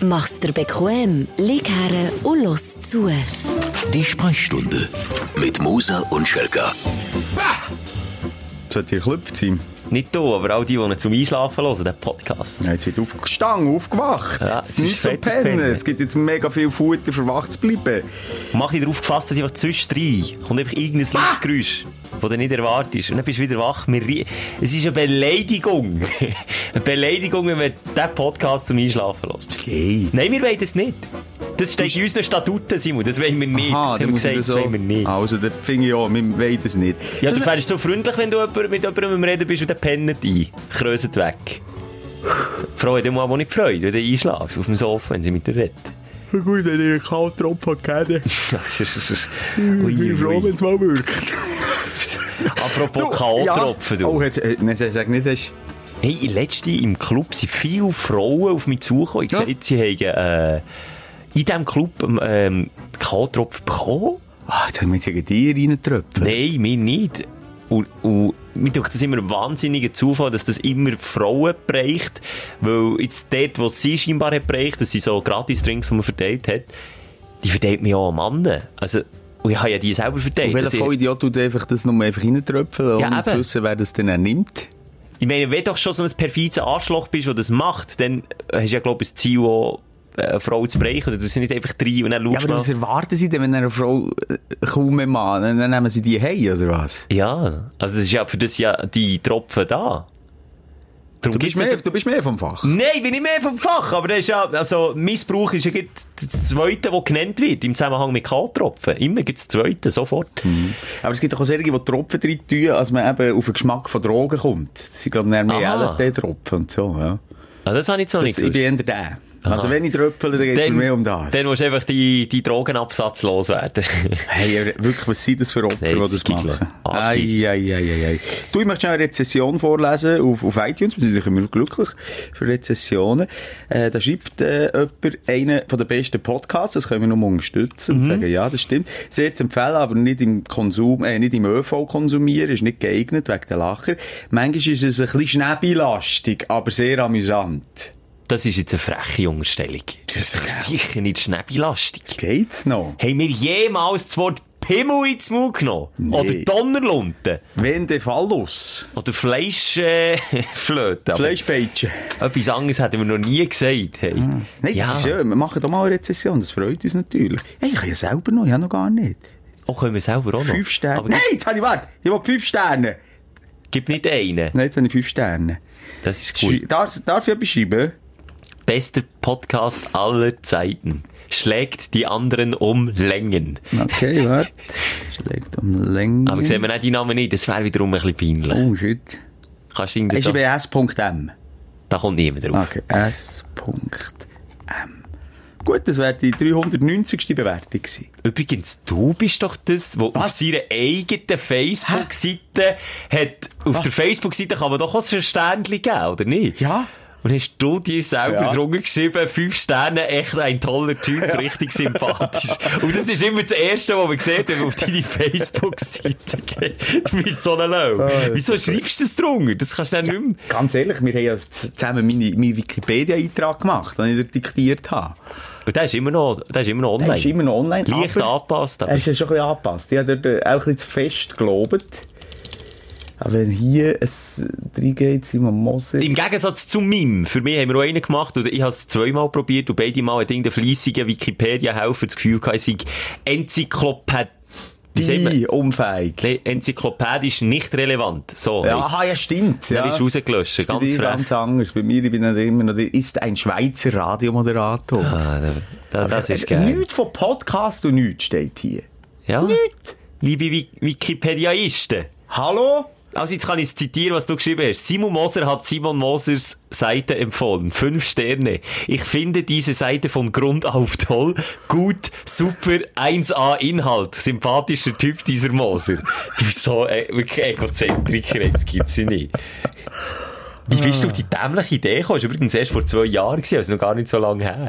Mach's dir bequem, lieg her und los zu. Die Sprechstunde mit Musa und Schelka. Sollte hier geklopft sein? Nicht du, aber auch die, die ihn zum Einschlafen hören, den Podcast. Nein, jetzt wird aufgestanden, aufgewacht. Ja, es es ist nicht ist so fertig pennen. pennen. Es gibt jetzt mega viel Futter, für wach zu bleiben. Mach dich darauf gefasst, dass einfach zwischendrin kommt einfach irgendein Ah! lautes Geräusch, das du nicht erwartest. Und dann bist du wieder wach. Wir rie- Es ist eine Beleidigung. eine Beleidigung, wenn man diesen Podcast zum Einschlafen lässt. Hey. Nein, wir wollen das nicht. Das steht in unseren Statuten, Simon. Das wollen wir nicht. Aha, das dann haben wir muss ich gesagt, das das auch. wollen wir nicht. Also, das finde ich auch, wir wollen das nicht. Ja, du fährst so freundlich, wenn du jemand, mit jemandem am Reden bist und dann pennt ein. Kröset weg. Freude, muss aber nicht Freude, wenn du einschlafst auf dem Sofa, wenn sie mit dir redet. Gut, wenn ich einen kalten Tropfen kenne. dus- Mm. Ui, ui, ui. es mal wirkt. Apropos K.O.-Tropfen, du. Oh, jetzt, äh, nein, sag sag nicht, das Hey, letzte im Club sind viele Frauen auf mich zugekommen. Ich Ja. ja. sie haben äh, in diesem Club ähm, K.O.-Tropfen bekommen. Ah, jetzt haben wir jetzt gegen dich reingetröpfelt. Nein, mir nicht. Und, und mir tut das immer ein wahnsinniger Zufall, dass das dus immer Frauen bereicht. Weil jetzt dort, wo sie scheinbar hat bereicht, dass sie so Gratis-Drinks, die man verteilt hat, die verteilt mir auch an Männer. Also, und ich habe ja die selber verteilt. Und welcher Also, Vollidiot tut einfach das nur einfach reintröpfeln, Ja, ohne zu eben. wissen, wer das denn nimmt? Ich meine, wenn du doch schon so ein perfides Arschloch bist, der das macht, dann äh, hast du ja, glaube ich, das Ziel, auch, äh, eine Frau zu brechen. Oder du sind nicht einfach drei und dann Ja, schaust aber du mal. was erwarten sie denn, wenn eine Frau äh, kaum mehr Mann, dann dann nehmen sie die hey oder was? Ja, also es ist ja für das ja die Tropfen da. Du Darum bist, gibt's mehr, das- du bist mehr vom Fach. Nein, bin ich mehr vom Fach, aber das ist ja, also Missbrauch ist ja gerade das Zweite, das genannt wird, im Zusammenhang mit Kaltropfen. Immer gibt es das Zweite, sofort. Aber es gibt doch auch solche, die Tropfen drin tun, als man eben auf den Geschmack von Drogen kommt. Das sind, glaube ich, dann mehr Aha. LSD-Tropfen und so, ja. Also das habe ich jetzt noch Das, nicht ich bin gewusst. eher der. Also wenn ich tröpfle, dann geht es mir mehr um das. Dann musst du einfach die, die Drogenabsatz loswerden. Hey, aber wirklich, was sind das für Opfer, Nein, die jetzt das ist Giggler. machen? Arschgiggler. ei, ei, ei. Du, ich möchte schon eine Rezession vorlesen auf, auf iTunes. Wir sind natürlich immer glücklich für Rezessionen. Äh, da schreibt äh, jemand einen von den besten Podcasts. Das können wir nur mal unterstützen Mhm. und sagen, ja, das stimmt. Sehr zu empfehlen, aber nicht im Konsum, äh, nicht im ÖV konsumieren. Ist nicht geeignet, wegen der Lacher. Manchmal ist es ein bisschen schneebelastig, aber sehr amüsant. Das ist jetzt eine freche Unterstellung. Das ist doch sicher nicht schnäbilastig. Geht's noch? Haben wir jemals das Wort Pimmel ins Mund genommen? Oder Donnerlunte? Wenn der Fallus. Oder Fleisch, äh, Flöte? Aber Fleischpeitsche. Etwas anderes hätten wir noch nie gesagt. Hey. Nein, das ist schön. Wir machen doch mal eine Rezession. Das freut uns natürlich. Hey, ich kann ja selber noch. Ich habe noch gar nicht. Auch Oh, können wir selber auch noch. Fünf Sterne. Aber Nein, jetzt habe ich, warte. Ich habe fünf Sterne. gib nicht einen. Nein, jetzt habe ich fünf Sterne. Das ist gut. Schrei- Darf, darf ich etwas schreiben? Bester Podcast aller Zeiten. Schlägt die anderen um Längen. Okay, warte. Schlägt um Länge. Aber sehen wir auch die Namen nicht, das wäre wiederum ein bisschen peinlich. Oh, shit. Kannst du irgendwie Es so, ist bei S.M. da kommt niemand drauf. Okay, S.M. Gut, das wäre die 390. Bewertung gewesen. Übrigens, du bist doch das, wo auf seiner eigenen Facebook-Seite hat, auf der Facebook-Seite kann man doch auch so ein Sternchen geben, oder nicht? Ja. Und hast du dir selber Ja. drunter geschrieben, fünf Sterne, echt ein toller Typ, richtig sympathisch. Und das ist immer das Erste, was man sieht, wenn man auf deine Facebook-Seite geht. Wie so ein Ah, Lau. Wieso schreibst du das drunter? Das kannst du dann nicht mehr. Ganz ehrlich, wir haben ja z- zusammen meinen meine Wikipedia-Eintrag gemacht, den ich dir diktiert habe. Und der ist immer noch, der ist immer noch online. Der ist immer noch online. Leicht aber- angepasst, aber Er ist ja schon ein bisschen angepasst. Ich habe dort äh, auch ein bisschen zu fest gelobt. Aber wenn hier es reingeht, Simon Moser. Im Gegensatz zu meinem, für mich haben wir auch einen gemacht, und ich habe es zweimal probiert, und beide Mal hat irgendein fleissiger Wikipedia-Helfer das Gefühl gehabt, ich sei Enzyklopäd... Wie sagt man? Die unfähig. Nein, enzyklopädisch nicht relevant. So ja, heisst's. aha, ja, stimmt. Ja. Dann ist rausgelöscht, Bei dir ganz frech. ganz anders. Bei mir, ich bin dann immer noch, ist ein Schweizer Radiomoderator. Ah, da- da, das ist Äh, geil. Nichts von Podcast und nichts steht hier. Ja. Nichts. Liebe Wi- Wikipediaisten. Hallo? Also jetzt kann ich zitieren, was du geschrieben hast. Simon Moser hat Simon Mosers Seite empfohlen. Fünf Sterne. Ich finde diese Seite von Grund auf toll. Gut, super, 1A Inhalt. Sympathischer Typ, dieser Moser. Du bist so äh, wirklich Egozentriker, jetzt gibt's sie nicht. Wie bist du auf die dämliche Idee gekommen? Das war übrigens erst vor zwei Jahren, gewesen, also noch gar nicht so lange her.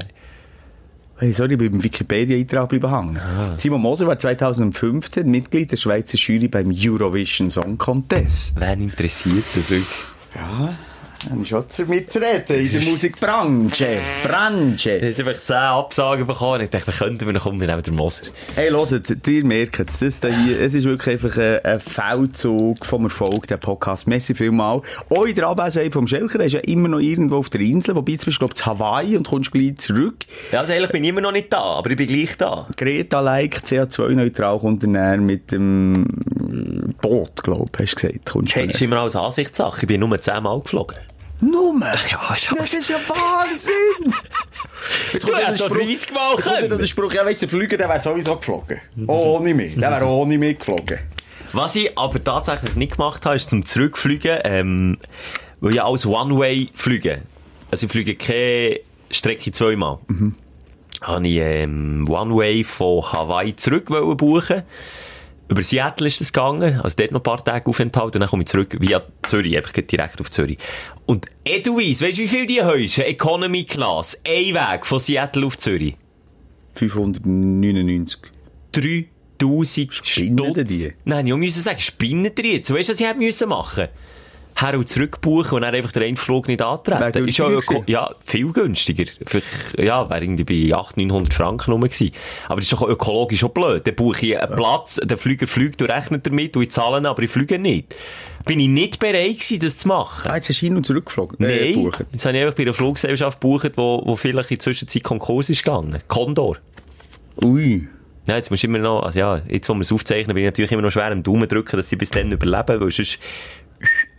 Hey, sorry, ich bin beim Wikipedia-Eintrag bleiben hängen. Ah. Simon Moser war 2015 Mitglied der Schweizer Jury beim Eurovision Song Contest. Wen interessiert das wirklich? Dann ist auch zu mitzureden in der Musikbranche. Branche. haben einfach 10 Absagen bekommen. Ich dachte, wir könnten wir noch kommen, wir nehmen den Moser. Hey, hört, ihr merkt es, das da hier, es ist wirklich einfach ein, ein Feldzug vom Erfolg, der Podcast. Merci vielmal. Auch in der Abwesenheit vom Schelker er ist ja immer noch irgendwo auf der Insel, wobei jetzt bist du, glaube ich, in Hawaii und kommst gleich zurück. Ja, also eigentlich bin ich immer noch nicht da, aber ich bin gleich da. Greta-like, CO2-neutral kommt er näher mit dem Boot, glaube ich, hast du gesagt. Kommst Hey, du ist immer alles Ansichtssache. Ich bin nur 10 Mal geflogen. Nummer! Ja, Das ist ja Wahnsinn! Jetzt Du ja hättest noch doch 30 Mal jetzt kommt ja noch können. der Spruch, ja weißt du, der Flüger, der wäre sowieso Oh, geflogen. Auch Ohne mich. Der wäre auch ohne mich geflogen. Was ich aber tatsächlich nicht gemacht habe, ist zum Zurückfliegen, ähm, weil ja alles One-Way fliegen. Also ich fliege keine Strecke zweimal. Habe ich ähm, One-Way von Hawaii zurück wollen buchen. Über Seattle ist es gegangen, also dort noch ein paar Tage Aufenthalt und dann komme ich zurück via Zürich, einfach gleich direkt auf Zürich. Und Edelweiss, weißt du, wie viel die hast? Economy Class, ein Weg von Seattle auf Zürich. 599. 3000 Spinnen Stutz. die? Nein, ich musste sagen, spinnen die jetzt? Weißt du, was ich hätte müssen machen Her und zurück buchen und dann einfach den einen Flug nicht Wäre antreten. Ist günstiger ja, gewesen. ja, viel günstiger. Vielleicht, ja, wäre irgendwie bei 800, 900 Franken rum gewesen. Aber das ist doch ökologisch auch blöd. Dann buche ich einen Platz, der Flüger fliegt und rechnet damit und ich zahle ihn, aber ich fliege nicht. Bin ich nicht bereit gewesen, das zu machen? Ah, jetzt hast du hin und zurückgeflogen. Nein. gebucht. Jetzt habe ich einfach bei einer Fluggesellschaft gebucht, wo, wo vielleicht in der Zwischenzeit Konkurs ist gegangen. Condor. Ui. Ja, jetzt musst du immer noch, also ja, jetzt, wo wir es aufzeichnen, bin ich natürlich immer noch schwer am Daumen drücken, dass sie bis dann überleben, weil sonst,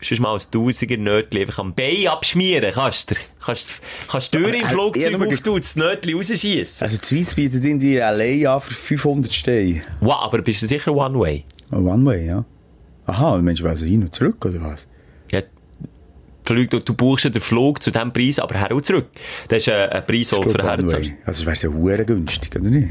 sonst mal als tausiger Nötli einfach am Bein abschmieren kannst. du. Kannst, kannst die Tür Aber, im äh, ich Flugzeug hab nur auftun, das Nötli rausschiessen. Also, die Schweiz bietet irgendwie allein an für 500 Steine. Wow, aber bist du sicher One-Way? Oh, One way, ja. Aha, Mensch, also hin und zurück, oder was? Ja, die Leute, du buchst ja den Flug zu diesem Preis, aber her und zurück. Das ist äh, ein, ein Preis, der Gut, für One Herz way. Also, es wäre ja hure günstig, oder nicht?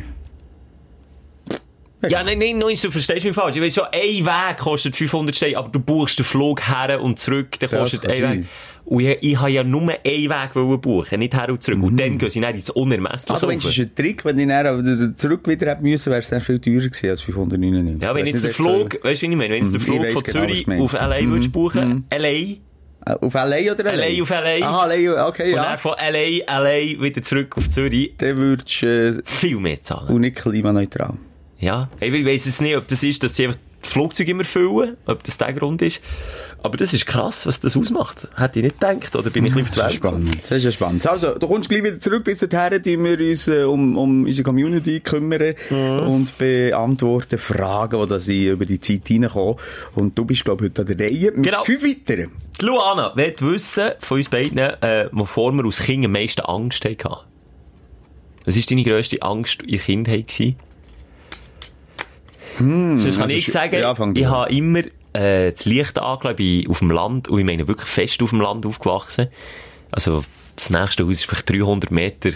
Ja, nein, nein, nein, du verstehst mich falsch. Ich weiß schon, ein Weg kostet 500 Steine, aber du buchst den Flug her und zurück, der Das kostet kann ein sein. Weg. Und ich, ich habe ja nur einen Weg wollen buchen, nicht her und zurück. Und dann gehen sie dann ins Ah, Unermessliche du meinst, rauf. das ist ein Trick, wenn ich dann aber d- zurück wieder hätte müssen, wäre es dann viel teurer gewesen als 599. Ja, wenn Weiss jetzt der nicht, ob Flug, weißt du, wie ich meine, wenn jetzt der Mhm, Flug ich weiss von genau, was Zürich du meinst. auf LA würdest buchen, LA, so- Äh, Auf LA oder LA? LA auf LA. Aha, LA, okay, und ja. dann von LA, LA wieder zurück auf Zürich, Dann würdest du viel mehr äh, zahlen. und nicht klimaneutral. Ja, ich we- weiss jetzt nicht, ob das ist, dass sie einfach die Flugzeuge immer füllen, ob das der Grund ist. Aber das ist dus krass, was das ausmacht. Hätte ich nicht gedacht, oder bin ich ein bisschen auf die Das ist Welt spannend. Das ist ja spannend. Also, du kommst gleich wieder zurück. Bis dahin tun wir uns äh, um, um unsere Community kümmern Mhm. und beantworten Fragen, die da sind, über die Zeit hineinkommen. Und du bist, glaube ich, heute an der Reihe mit Genau. fünf weiteren. Die Luana will wissen von uns beiden, äh, wovor wir als Kind am meisten Angst hatten. Was war deine grösste Angst in der Kindheit? Gewesen? Sonst kann also ich sch- sagen, ja, fang du ich an. habe immer äh, das Licht angelegt, ich bin auf dem Land, und ich meine wirklich fest auf dem Land aufgewachsen. Also das nächste Haus ist vielleicht 300 Meter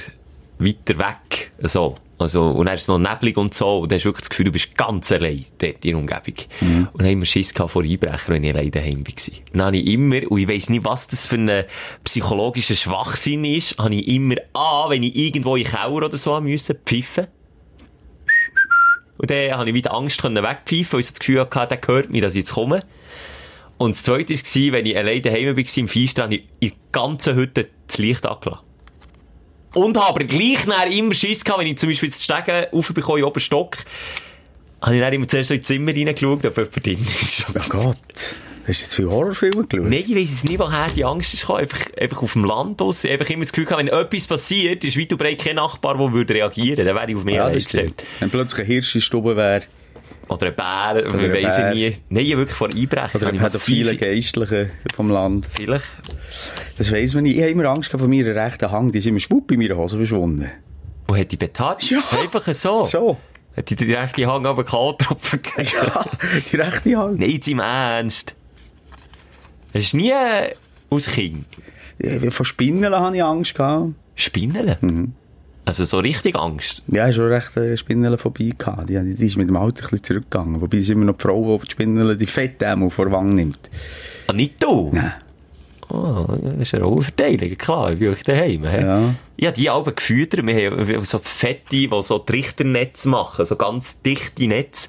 weiter weg. So. Also, und dann ist es noch neblig und so, und dann hast du wirklich das Gefühl, du bist ganz allein dort in der Umgebung. Mhm. Und dann habe ich immer Schiss gehabt vor Einbrechern, wenn ich allein daheim war. Und dann habe ich immer, und ich weiss nicht, was das für ein psychologischer Schwachsinn ist, habe ich immer, ah, wenn ich irgendwo in den Keller oder so musste, pfiffen. Und dann habe ich wieder Angst können wegpfeifen, weil ich so das Gefühl hatte, der hört mich, dass ich jetzt komme. Und das zweite war, wenn ich alleine daheim war, im Feister, habe ich in der ganzen Hütte das Licht angelassen. Und habe aber gleich nachher immer Schiss gehabt, wenn ich zum Beispiel das Stegen raufbekomme, in den oberen Stock, habe ich dann immer zuerst so ins Zimmer reingeschaut, ob jemand drin ist. Oh Gott. Hast du jetzt viele Horrorfilme geschaut? Nein, ich weiss es nicht, woher die Angst ist gekommen. Einfach, einfach auf dem Land aus. Einfach immer das Gefühl gehabt, wenn etwas passiert, ist weit und breit kein Nachbar, der würde reagieren. Dann wäre ich auf mich Ja, allein das gestellt. stimmt. Wenn plötzlich ein Hirsch in der Stube wäre Oder ein Bär, oder ein wir weiss Bär. es nie. Nein, ich wirklich vor Einbrechen. oder habe ein ich massive- pädophiler Geistlicher vom Land. Vielleicht. Das weiss man nicht. Ich habe immer Angst gehabt von meiner rechten Hand. Die ist immer schwupp in meiner Hose verschwunden. Wo hat die betatscht? Ja. Einfach so. So. Hat die die rechte Hand auf den Kahltropfen gegeben? Ja, die rechte Hand. Nein, jetzt im Ernst. Das ist nie äh, aus Kind. Ja, Von Spinnen hatte ich Angst. Gehabt. Spinnen. Mhm. Also so richtig Angst. Ja, schon recht äh, Spinnenphobie gehabt. Die, die ist mit dem Alter ein bisschen zurückgegangen. Wobei es immer noch die Frau, die die Spinnele, die Fettdämmel vor der Wange nimmt. Ah, nicht du? Nein. Oh, das ist eine Rollenverteilung, klar, bei euch daheim. hä? Ja. Ja, die alten Gefühler, wir haben so Fette, die so Trichternetz machen, so ganz dichte Netz,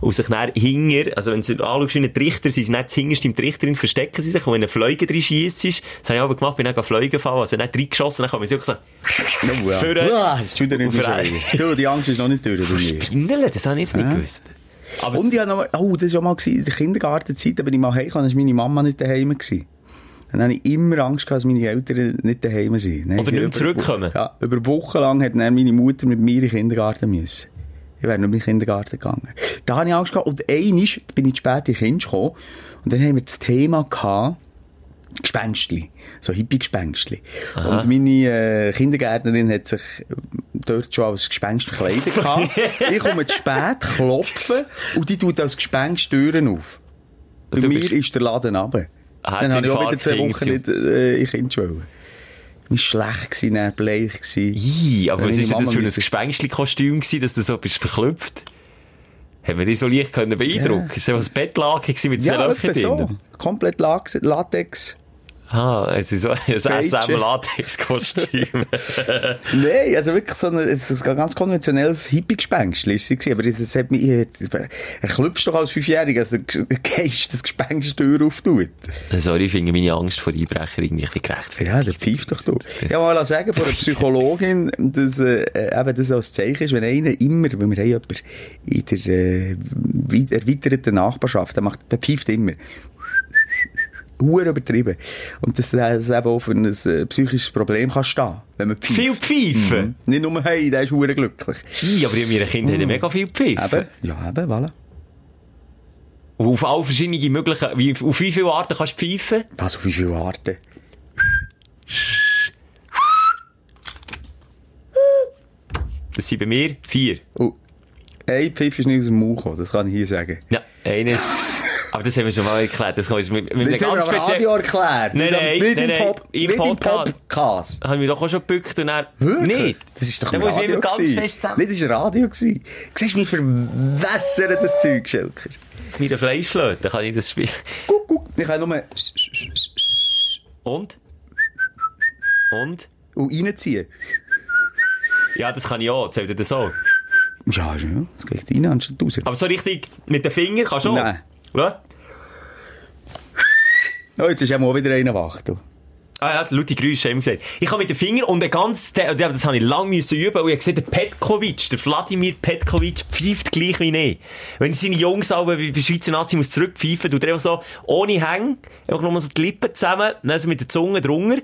und sich dann hinger, also wenn du anschaust in einen Trichter, sind sie nicht hingerst im Trichter drin, verstecken sie sich, und wenn eine Fleuge drin schiesst, das habe ich aber gemacht, bin dann gegen Fleugen gefallen, also nicht reingeschossen, dann kann man sich auch so, Oh, ja. Für- Uah, jetzt schüttert er Für- mich schon. Du, die Angst ist noch nicht durch bei mir. Spinnele, das habe ich jetzt nicht gewusst. Aber Und es- ich habe noch mal, oh, das war mal in der Kindergartenzeit, da bin ich mal heimgekommen, dann war meine Mama nicht daheim. Gewesen. Dann hatte ich immer Angst, gehabt, dass meine Eltern nicht daheim sind. Dann Oder habe ich nicht mehr über- zurückkommen. Ja, über Wochen lang hat dann meine Mutter mit mir in den Kindergarten müssen. Ich wäre nicht mehr in den Kindergarten gegangen. Da hatte ich Angst gehabt. Und einmal bin ich zu spät in den Kind gekommen. Und dann haben wir das Thema gehabt, Gespenstli. So Hippie-Gespenstli. Und meine äh, Kindergärtnerin hat sich äh, dort schon als Gespenst verkleidet gehabt. ich komme zu spät, klopfe und die tut als Gespenst Türen auf. Bei Du mir bist- ist der Laden runter. Ah, hat Dann sie habe ich eine auch wieder Fahrt zwei gekriegt, Wochen sie- nicht äh, in Kindschwellen. War schlecht, gewesen, dann bleich. Gewesen. Ii, aber Wenn was meine ist denn das Mama für ein müsste- Gespenstli-Kostüm gewesen, dass du so bist verklüpft? Haben wir dich so leicht können beeindrucken? Ist das was Bettlaken gewesen mit zwei Ja, Löchern etwa so. drin? Komplett Lax- Latex. Ah, es ist so ein SM-Latex-Kostüm. Nein, also wirklich so ein, es ist ein ganz konventionelles Hippie-Gespenstli ist sie gewesen, aber das hat mich, äh, er klüpfst doch als Fünfjähriger, also g- gehst das Gespenststür auftut. Sorry, ich finde meine Angst vor Einbrechern irgendwie ein bisschen gerechtfertigt. Ja, der pfeift doch du. Ich habe mal sagen von einer Psychologin, dass äh, äh, eben das als Zeichen ist, wenn einer immer, wenn wir haben jemanden in der äh, wei- erweiterten Nachbarschaft, der, macht, der pfeift immer. Hure übertrieben. Und dass das eben auch für ein äh, psychisches Problem kann stehen, wenn man pfeift. Viel pfeifen! Nicht nur, hey, der ist hure glücklich. Ii, aber in meiner Kindheit Mhm. haben mega viel pfeifen. Eben, ja, eben, voilà. Und Auf all verschiedene mögliche, wie, auf wie viele Arten kannst du pfeifen? Was, auf wie viele Arten? Das sind bei mir vier. Oh, ein Pfiff ist nicht aus dem Mund gekommen, das kann ich hier sagen. Ja, eines. aber das haben wir schon mal erklärt. Das kann ich mit, mit einem Jetzt haben wir ganz am speziellen... Radio erklärt. Nein, Mit am- nein, mit nein, im nein. Pop, Im mit im Podcast. Podcast. Haben wir doch auch schon gebückt und er... Wirklich? Nicht. Das ist doch Dann ein muss ich Radio immer ganz gewesen. fest zusammen- Nein, das war Radio. gewesen. Siehst du, wir verwässern das Zeug, Schelker. Mit einer Fleischflöte kann ich das spielen. Guck, guck. Ich kann nur Und? Und? und reinziehen. Ja, das kann ich auch. Zählt ihr das auch? Ja, ja, das geht rein anstatt raus. Aber so richtig mit den Fingern kannst du auch. Nein. Schau. Oh, jetzt ist ja mal wieder einer wach. Du. Ah, ja, laute Geräusche haben wir gesagt. Ich habe mit den Fingern und den ganzen, Te- ja, das habe ich lange müssen üben, und ich habe gesehen, der Petkovic, der Vladimir Petkovic pfeift gleich wie ich. Wenn seine Jungs alle bei bei Schweizer Nazi muss zurückpfeifen, tut er einfach so, ohne Hänge, einfach nur so die Lippen zusammen, dann so mit der Zunge drunter.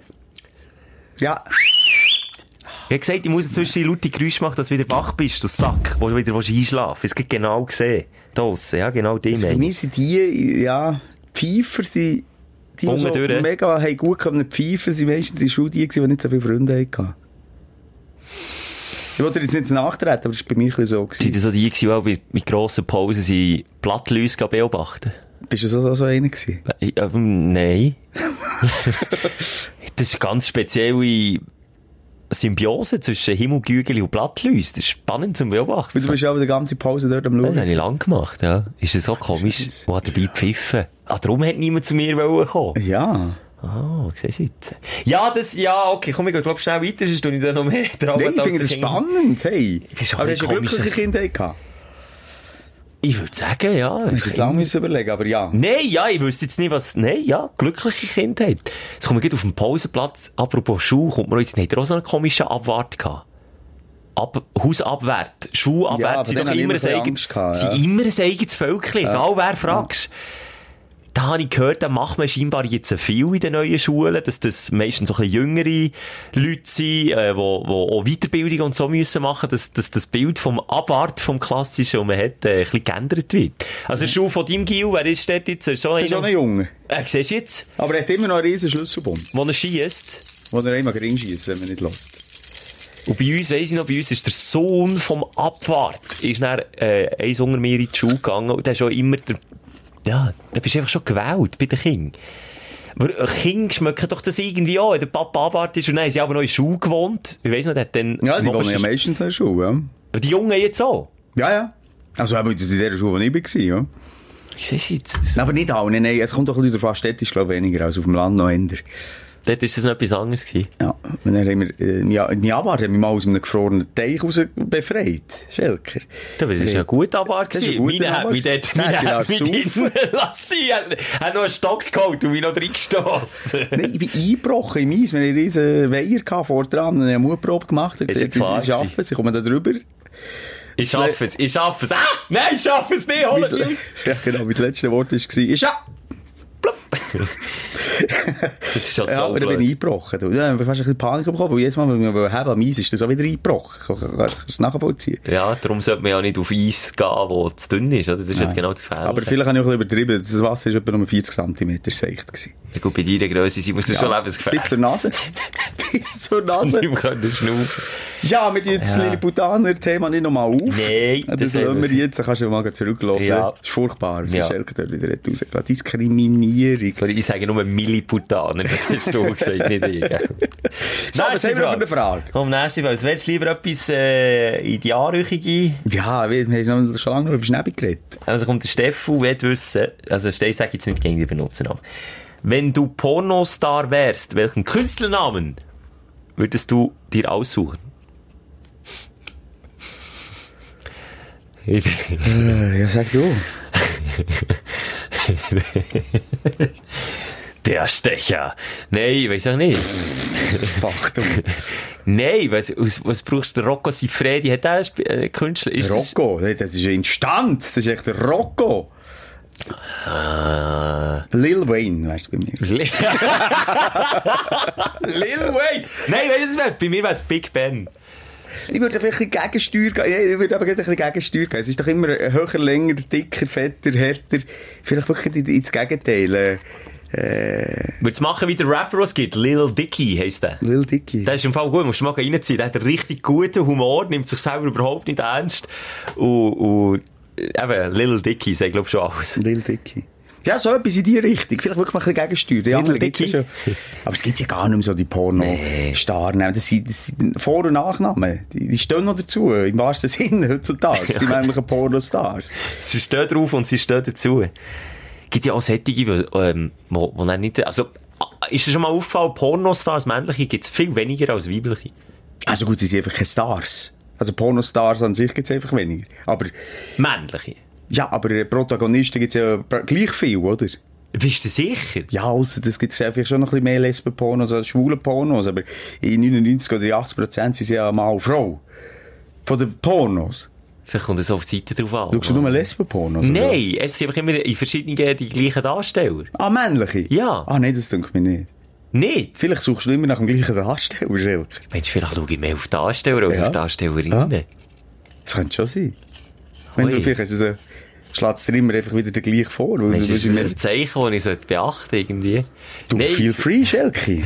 Ja, Ich habe gesagt, ich muss inzwischen laute Geräusche machen, dass du wieder wach bist, du Sack, wo du wieder willst einschlafen willst. Es geht genau gesehen. Draussen, ja, genau die bei meine ich. mir sind die, ja, Pfeifer sind, die die so Unten durch. mega haben gut können pfeifen, sind meistens in Schule die, gewesen, die nicht so viele Freunde hatten. Ich wollte dir jetzt nicht nachtreten, aber das war bei mir ein bisschen so. Sind Gewesen. das so die, die auch bei, bei grossen Pausen sind Blattläuse beobachten? Bist du so, so, so einer gewesen? Äh, ähm, nein. das ist eine ganz spezielle Symbiose zwischen Himmelgügel und Blattläuse. Das ist spannend zum Beobachten. Weil du bist ja auch die ganze Pause dort am Das habe ich Schauen. lang gemacht, ja. Ist das so komisch? Scheiße. Wo hat dabei gepfiffen? Ah, darum hat niemand zu mir wollen kommen. Ja. Ah, siehst du jetzt? Ja, das, ja, okay, komm, ich gehe, glaub, schnell weiter, sonst tu ich da noch mehr dran. Nein, ich finde das spannend, hey. bin schon Aber ein hast du komisch, glückliche dass- Kindheit gehabt? Ich würde sagen, ja. Ich jetzt lange müssen überlegen, aber ja. Nein, ja, ich wüsste jetzt nicht, was... Nein, ja, glückliche Kindheit. Jetzt kommen wir gleich auf den Pausenplatz. Apropos Schuh, kommt mir jetzt nicht auch so einen komischen Abwart gehabt. Ab, Hausabwert, Ja, Schuhabwert, aber sind dann doch habe ich immer immer ein ein bisschen eigenes, Angst gehabt, sind ja. immer ein eigenes Völkchen, egal wer fragst. Da habe ich gehört, da macht man scheinbar jetzt viel in den neuen Schulen, dass das meistens so ein bisschen jüngere Leute sind, äh, wo, wo auch Weiterbildung und so müssen machen, dass, dass das Bild vom Abart vom Klassischen, und man hat, äh, ein bisschen geändert wird. Also, Schuh von deinem Gil, wer ist dort jetzt? Ist So Mhm. Das ist auch ein Junge. äh, siehst du jetzt, Aber er hat immer noch einen riesen Schlüsselbund, wo er schießt? wo er einmal gering schießt, wenn man nicht lässt. Und bei uns, weiss ich noch, bei uns ist der Sohn vom Abwart, ist dann, äh, eins unter mir in die Schule gegangen und der ist auch immer der, ja, da bist du einfach schon gewählt bei den Kindern. Aber äh, Kinder schmecken doch das irgendwie auch, wenn der Papa Abwart ist und dann haben sie aber noch in der Schule gewohnt. Ich weiss noch, der hat dann... Ja, die am wohnen ja obersten- meistens in der Schule, ja. Die Jungen jetzt auch. Nou, dus Ja, ja. Also eben in der Schule, wo ich war, ja. Wie siehst du jetzt? Aber nicht alle, nein, es kommt doch ein bisschen darauf an, städtisch glaube ich weniger als auf dem Land noch ändert. Dort war das noch etwas anderes. Gewesen. Ja, und dann haben wir, äh, ja, in Japan haben wir mal aus einem gefrorenen Teich raus befreit. Schelker. Das war ja gut Abbar. Das ist ein gewesen. guter Meine hat Abbar mich gewesen. dort Nein, meine die hat mich lassen hinten lassen. Er hat noch einen Stock geholt und mich noch reingestossen. Nein, ich bin eingebrochen im Eis. Wir hatten riesen Weiher gehabt vor dran. Ich habe eine Mutprobe gemacht. Ich Ist ja gesagt, Gefahr ich schaffe es, ich komme da drüber. Ich schaffe es, ich schaffe es. Ah! Nein, ich schaffe es nicht. Hol Mein, mich raus. le- eh, ja, genau, mein letztes Wort war, ich schaffe Das ist ja so Ja, aber dann bin ich blöd. eingebrochen. Du. Ja, ich habe fast ein bisschen Panik bekommen, weil jedes Mal, wenn wir haben, am Eis ist das auch wieder eingebrochen. Kann- kann- Kannst du es nachvollziehen? Ja, darum sollte man ja nicht auf Eis gehen, wo es dünn ist. Oder? Das ist jetzt genau das Gefährliche. Aber vielleicht habe ich auch ein bisschen übertrieben. Das Wasser war etwa nur 40 cm seicht. gewesen. Ja, gut, bei deiner Größe sind wir ja. schon lebensgefährlich. Bis zur Nase. Bis zur Nase. Nicht mehr können schnaufen. Ja, wir tun das Ja. Lilliputaner-Thema nicht nochmal auf. Nein, das, das das lassen haben wir wir. jetzt. Dann kannst du mal zurücklassen. Ja. Das ist furchtbar. Das Ja. ist Schelke dort wieder raus. Gerade Diskriminierung. Sorry, ich sage nur Milliputaner, das hast du gesagt, nicht ich. gell? So, was Nächste haben wir noch für eine Frage? Komm, nächste Frage. Willst du lieber etwas äh, in die Anrüchige? Ja, wir wir haben noch- schon lange noch über Schnäbig geredet. Also kommt der Steffu, will wissen, also Steffi sagt jetzt nicht gegen den Benutzernamen. Wenn du Pornostar wärst, welchen Künstlernamen würdest du dir aussuchen? Ich Ja, sag du. Der Stecher. Nein, weiß ich nicht. Fuck, du. Nein, was, was, was brauchst du? Rocco Siffredi hat auch einen Sp- äh, Künstler. Ist das- Rocco. Nee, Das ist eine Instanz. Das ist echt der Rocco. Eh. Lil Wayne, weißt du bei mir. Lil Wayne! Nein, weißt du was? Bei mir wäre es Big Ben. Ich würde vielleicht ein bisschen Gegensteuer gehen. Ja, Ich würde aber gerne ein bisschen Gegensteuer gehen. Es ist doch immer höher, länger, dicker, fetter, härter. Vielleicht wirklich in- ins Gegenteil. äh, Äh, Würdest du machen, wie der Rapper was gibt? Lil Dicky heisst der. Lil Dicky. Der ist im Fall gut, musst du mal reinziehen. Der hat einen richtig guten Humor, nimmt sich selber überhaupt nicht ernst. Und, und äh, eben, Lil Dicky sagt, glaube ich, schon alles. Lil Dicky. Ja, so etwas in die Richtung. Vielleicht wirklich mal ein bisschen Gegensteuer. Die anderen gibt's ja Dicky. schon. Aber es gibt ja gar nicht mehr so die Porno-Starnamen. Das sind, das sind Vor- und Nachnamen. Die, die stehen noch dazu. Im wahrsten Sinne heutzutage. Das sind nämlich Pornostars. Sie stehen drauf und sie stehen dazu. Gibt ja auch solche, die, ähm, wo, wo dann nicht, also, ah, ist dir schon mal aufgefallen, Pornostars, männliche, gibt es viel weniger als weibliche. Also gut, sie sind einfach keine Stars. Also Pornostars an sich gibt's einfach weniger. Aber Männliche. Ja, aber äh, Protagonisten gibt's ja pra- gleich viel, oder? Bist du sicher? Ja, außer das gibt's einfach schon noch ein bisschen mehr Lesben-Pornos als schwule Pornos, aber in 99 oder in 80 Prozent sind sie ja mal Frau. Von den Pornos. Vielleicht kommt es auf die Seite drauf an. Schaust du nur Lesben-Pornos? oder was? Nein, es sind einfach immer in verschiedenen die gleichen Darsteller. Ah, männliche? Ja. Ah, nein, das denke ich mir nicht. Nicht? Vielleicht suchst du immer nach dem gleichen Darsteller, Schelker. Mensch, vielleicht schaue ich mehr auf Darsteller als Ja. auf Darstellerinnen. Ja. Das könnte schon sein. Wenn du Ui. vielleicht hast du so, schlägst du dir immer einfach wieder den gleichen vor. Weil Mensch, du ist bist das immer, ein Zeichen, das ich sollte beachten irgendwie? du, Nein, feel es- free, Schelke.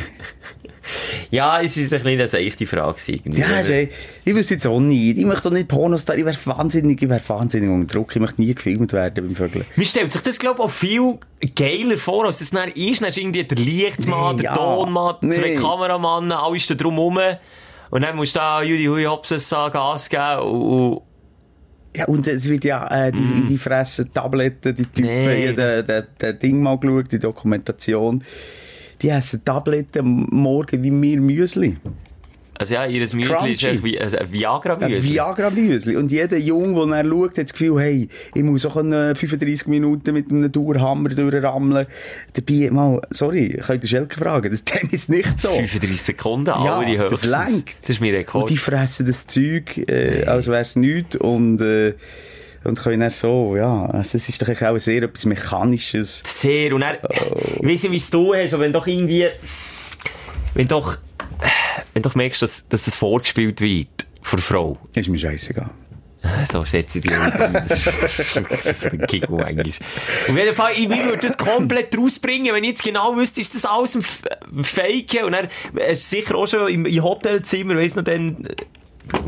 Ja, es ist ein bisschen eine seichte Frage. gewesen, Irgendwie. Ja, Jay, ich wüsste jetzt auch nicht. Ich möchte doch nicht Pornostar. Ich wäre wahnsinnig, ich wäre wahnsinnig unter Druck. Ich möchte nie gefilmt werden beim Vögeln. Mir stellt sich das, glaube ich, auch viel geiler vor, als es dann ist. Dann ist irgendwie der Lichtmann, Nee, der ja. Tonmann, zwei Nee. Kameramannen, alles da drum rum. Und dann musst du da Judy Hui Hopses Gas geben und, und Ja, und es wird ja, äh, die, die fressen Tabletten, die Typen. Nee. Ich habe den, den, den Ding mal geschaut, die Dokumentation. Die essen Tabletten am morgen wie mir Müsli. Also ja, ihr Müsli ist Crunchy. echt wie ein ein Viagra-Müsli. Äh, Viagra-Müsli. Und jeder Junge, der dann schaut, hat das Gefühl, hey, ich muss auch können 35 Minuten mit einem Dauerhammer durchrammeln. Dabei, mal, sorry, könnt ihr Schelke fragen, das dem ist nicht so. 35 Sekunden, Ja, alle das höchstens. lenkt. Das ist mein Und Rekord. die fressen das Zeug, äh, als wär's nichts und, äh, und können dann so, ja, also es ist doch eigentlich auch sehr etwas Mechanisches. Sehr. Und er, ich weiss nicht, wie es du hast, aber wenn doch irgendwie, wenn doch, wenn doch merkst, dass, dass das vorgespielt wird, von Frau. Ist mir scheißegal. So schätze ich die Leute. Das ist das ist ein Kick eigentlich. Auf jeden Fall, ich würde das komplett rausbringen, wenn ich jetzt genau wüsste, ist das alles ein F- ein Fake. Und er ist sicher auch schon im, im Hotelzimmer, weiss noch dann, äh,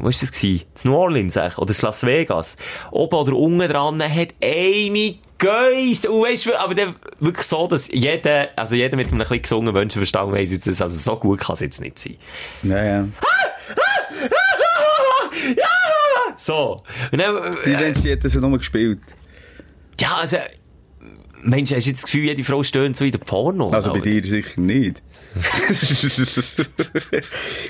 wo ist das gewesen? Das New Orleans, echt? oder das Las Vegas. Oben oder unten dran hat eine Geiss. Und weißt du, aber dann wirklich so, dass jeder, also jeder mit einem ein bisschen gesungenen Menschenverstand weiss jetzt, dass- also so gut kann es jetzt nicht sein. Naja. So. Und dann, äh, Die Menschen die hätten es ja nur gespielt. Ja, also, Mensch, hast du jetzt das Gefühl, jede Frau stöhnt so in den Pornos? Also bei Alter? dir sicher nicht.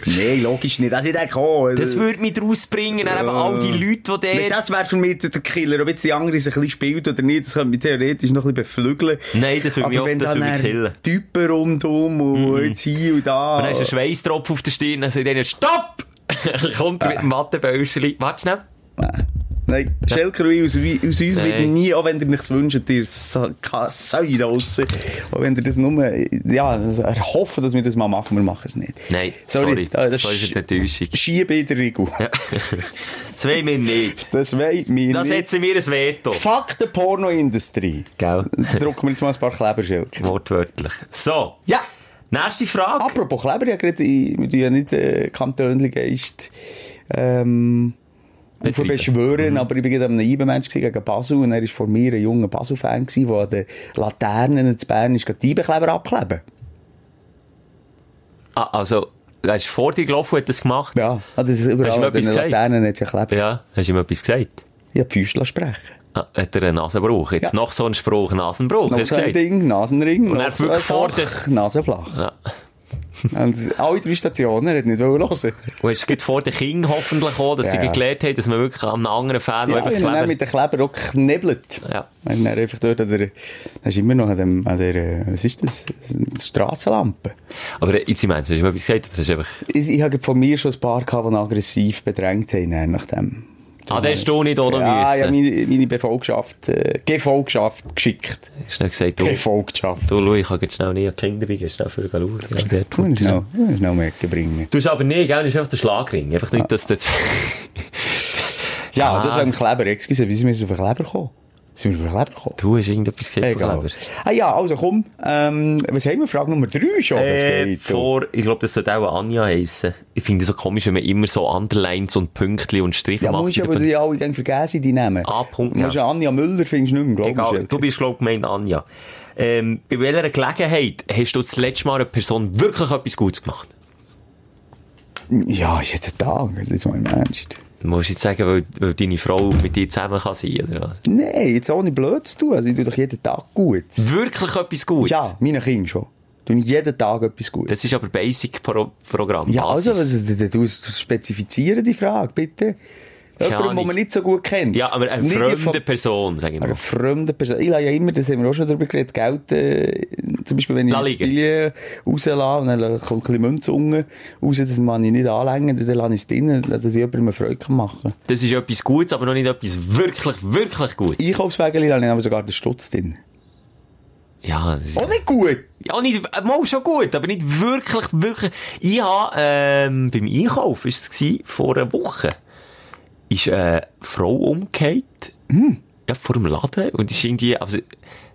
Nein, logisch nicht. Also, Das ist ja gekommen. Das würde mich daraus bringen, dann eben all Eh, die Leute, die Nee, der... das wäre für mich der der Killer. Ob jetzt die anderen sich ein bisschen spielt oder nicht, das könnte mich theoretisch noch ein bisschen beflügeln. Nein, das würde mich Aber auch- wenn das dann würde mich dann killen. Typen rundum und jetzt hier und da. Und dann ist ein Schweißtropf auf der Stirn, dann sagt einer, stopp! Kommt er mit dem Wattebäuschen. Warte schnell. Nein, Schelkerui aus, wi- aus uns Nein. wird nie, auch wenn ihr nichts wünscht, ihr Sa- Ka- Säue da draussen. Auch wenn ihr das nur, dus ja, erhoffen, dass wir das mal machen, wir machen es nicht. Nein, sorry. Sorry für die Enttäuschung. Schiebe in der Regel. Das wollen wir nicht. Das wollen wir Da nicht. setzen wir ein Veto. Fuck die Pornoindustrie. Gell? Drucken wir jetzt mal ein paar Kleberschilke. Wortwörtlich. So. Ja! Nächste Frage. Apropos Kleber, ja, gerade, in- wir tun ja nicht äh, Kantonengeist ähm, Betreiben. beschwören, aber ich war gerade am Eibenmensch gegen Basel und er war vor mir ein junger Basel-Fan, gewesen, der an den Laternen in Bern ist, gerade die Eibenkleber abkleben. Ah, also, er ist vor dir gelaufen und hat das gemacht. Ja, also das ist Hast überall du ihm an den etwas gesagt? Laternen hat es ja Kleber. Ja, hast du ihm etwas gesagt? Ich habe die Füße sprechen. Ah, hat er einen Nasenbruch? Jetzt Ja. noch so ein Spruch, Nasenbruch. Noch hast du so ein gesagt? Nou, Ding, Nasenring, Und noch er so wirklich ein vor Sach, Nasenflach. Und alle drei Stationen, er hat nicht hören wollen. Und hast gerade vor den Kindern hoffentlich auch, dass Ja. sie gelernt haben, dass man wirklich an einem anderen Fan Ja, einfach ich habe Kleber- dann mit den Kleber auch geknebelt. Ja. Ich habe dann einfach dort an der, das ist immer noch an dem, an der, äh, was ist das? Straßenlampe. Aber äh, jetzt, ich meine, hast du ihm etwas gesagt? Oder hast du einfach... Ich, ich habe von mir schon ein paar gehabt, die aggressiv bedrängt haben, dann nach dem. Ah, den hast du nicht oder Ja, ich habe müssen. meine, meine Befolgschaft, äh, Gefolgschaft geschickt. Hast du nicht gesagt, du, Gefolgschaft. du, Louis, ich kann jetzt schnell nie an die Kinder dabei, gehst schnell für schauen. Ja, Du musst dort- schnell, du musst schnell merken bringen. Du hast aber nie, gell? Du hast einfach den Schlagring. Einfach nicht, dass du jetzt... Ja, Ah. das war ein Kleber. Excuse, wie sind wir jetzt auf den Kleber gekommen? Sind wir auf den Kleber gekommen? Du hast irgendetwas gesagt, Egal. Kleber. Ah ja, also komm, ähm, was haben wir? Frage Nummer 3 schon, das Äh, geht. doch. vor, ich glaube, das sollte auch Anja heissen. Ich finde es so komisch, wenn man immer so Underlines und Pünktli und Striche Ja, macht. musst ja, in der weil du ja alle gern vergessen, die Namen. Ah, Punkt, Musst ja Anja Müller findest du nicht mehr, glaub Egal, ich. du bist, glaub ich, gemeint Anja. Ähm, bei welcher Gelegenheit hast du das letzte Mal einer Person wirklich etwas Gutes gemacht? Ja, jeden Tag, das ist mal im Ernst. Du musst jetzt sagen, weil, weil deine Frau mit dir zusammen kann sein oder was? Nein, jetzt ohne blöd zu tun. Also, ich tue doch jeden Tag gut. Wirklich etwas Gutes? Ja, meinen Kindern schon. Tue ich jeden Tag etwas gut. Das ist aber Basic-Programm. ja, also, was- du, du, du spezifiziere die Frage, bitte. Jemanden, Ahnung. den man nicht so gut kennt. Ja, aber eine Nicht die fremde von- Person, sag ich Eine mal. fremde Person. Ich lasse ja immer, das haben wir auch schon darüber geredet, Geld, äh, zum Beispiel, wenn ich Lass jetzt liegen. Billen rauslasse und dann kommt ein bisschen Münze unten raus, das kann ich nicht anlängen, dann lasse ich es drin, dass ich jemandem eine Freude kann machen kann. Das ist etwas Gutes, aber noch nicht etwas wirklich, wirklich Gutes. Einkaufswagen lasse ich aber sogar den Stutz drin. Ja, das ist... Auch nicht gut! Ja, nicht, äh, mal schon gut, aber nicht wirklich, wirklich. Ich habe, ähm, beim Einkauf, ist es gewesen, vor einer Woche, ist eine Frau umgekehrt. Ja, vor dem Laden. Und ist irgendwie, also,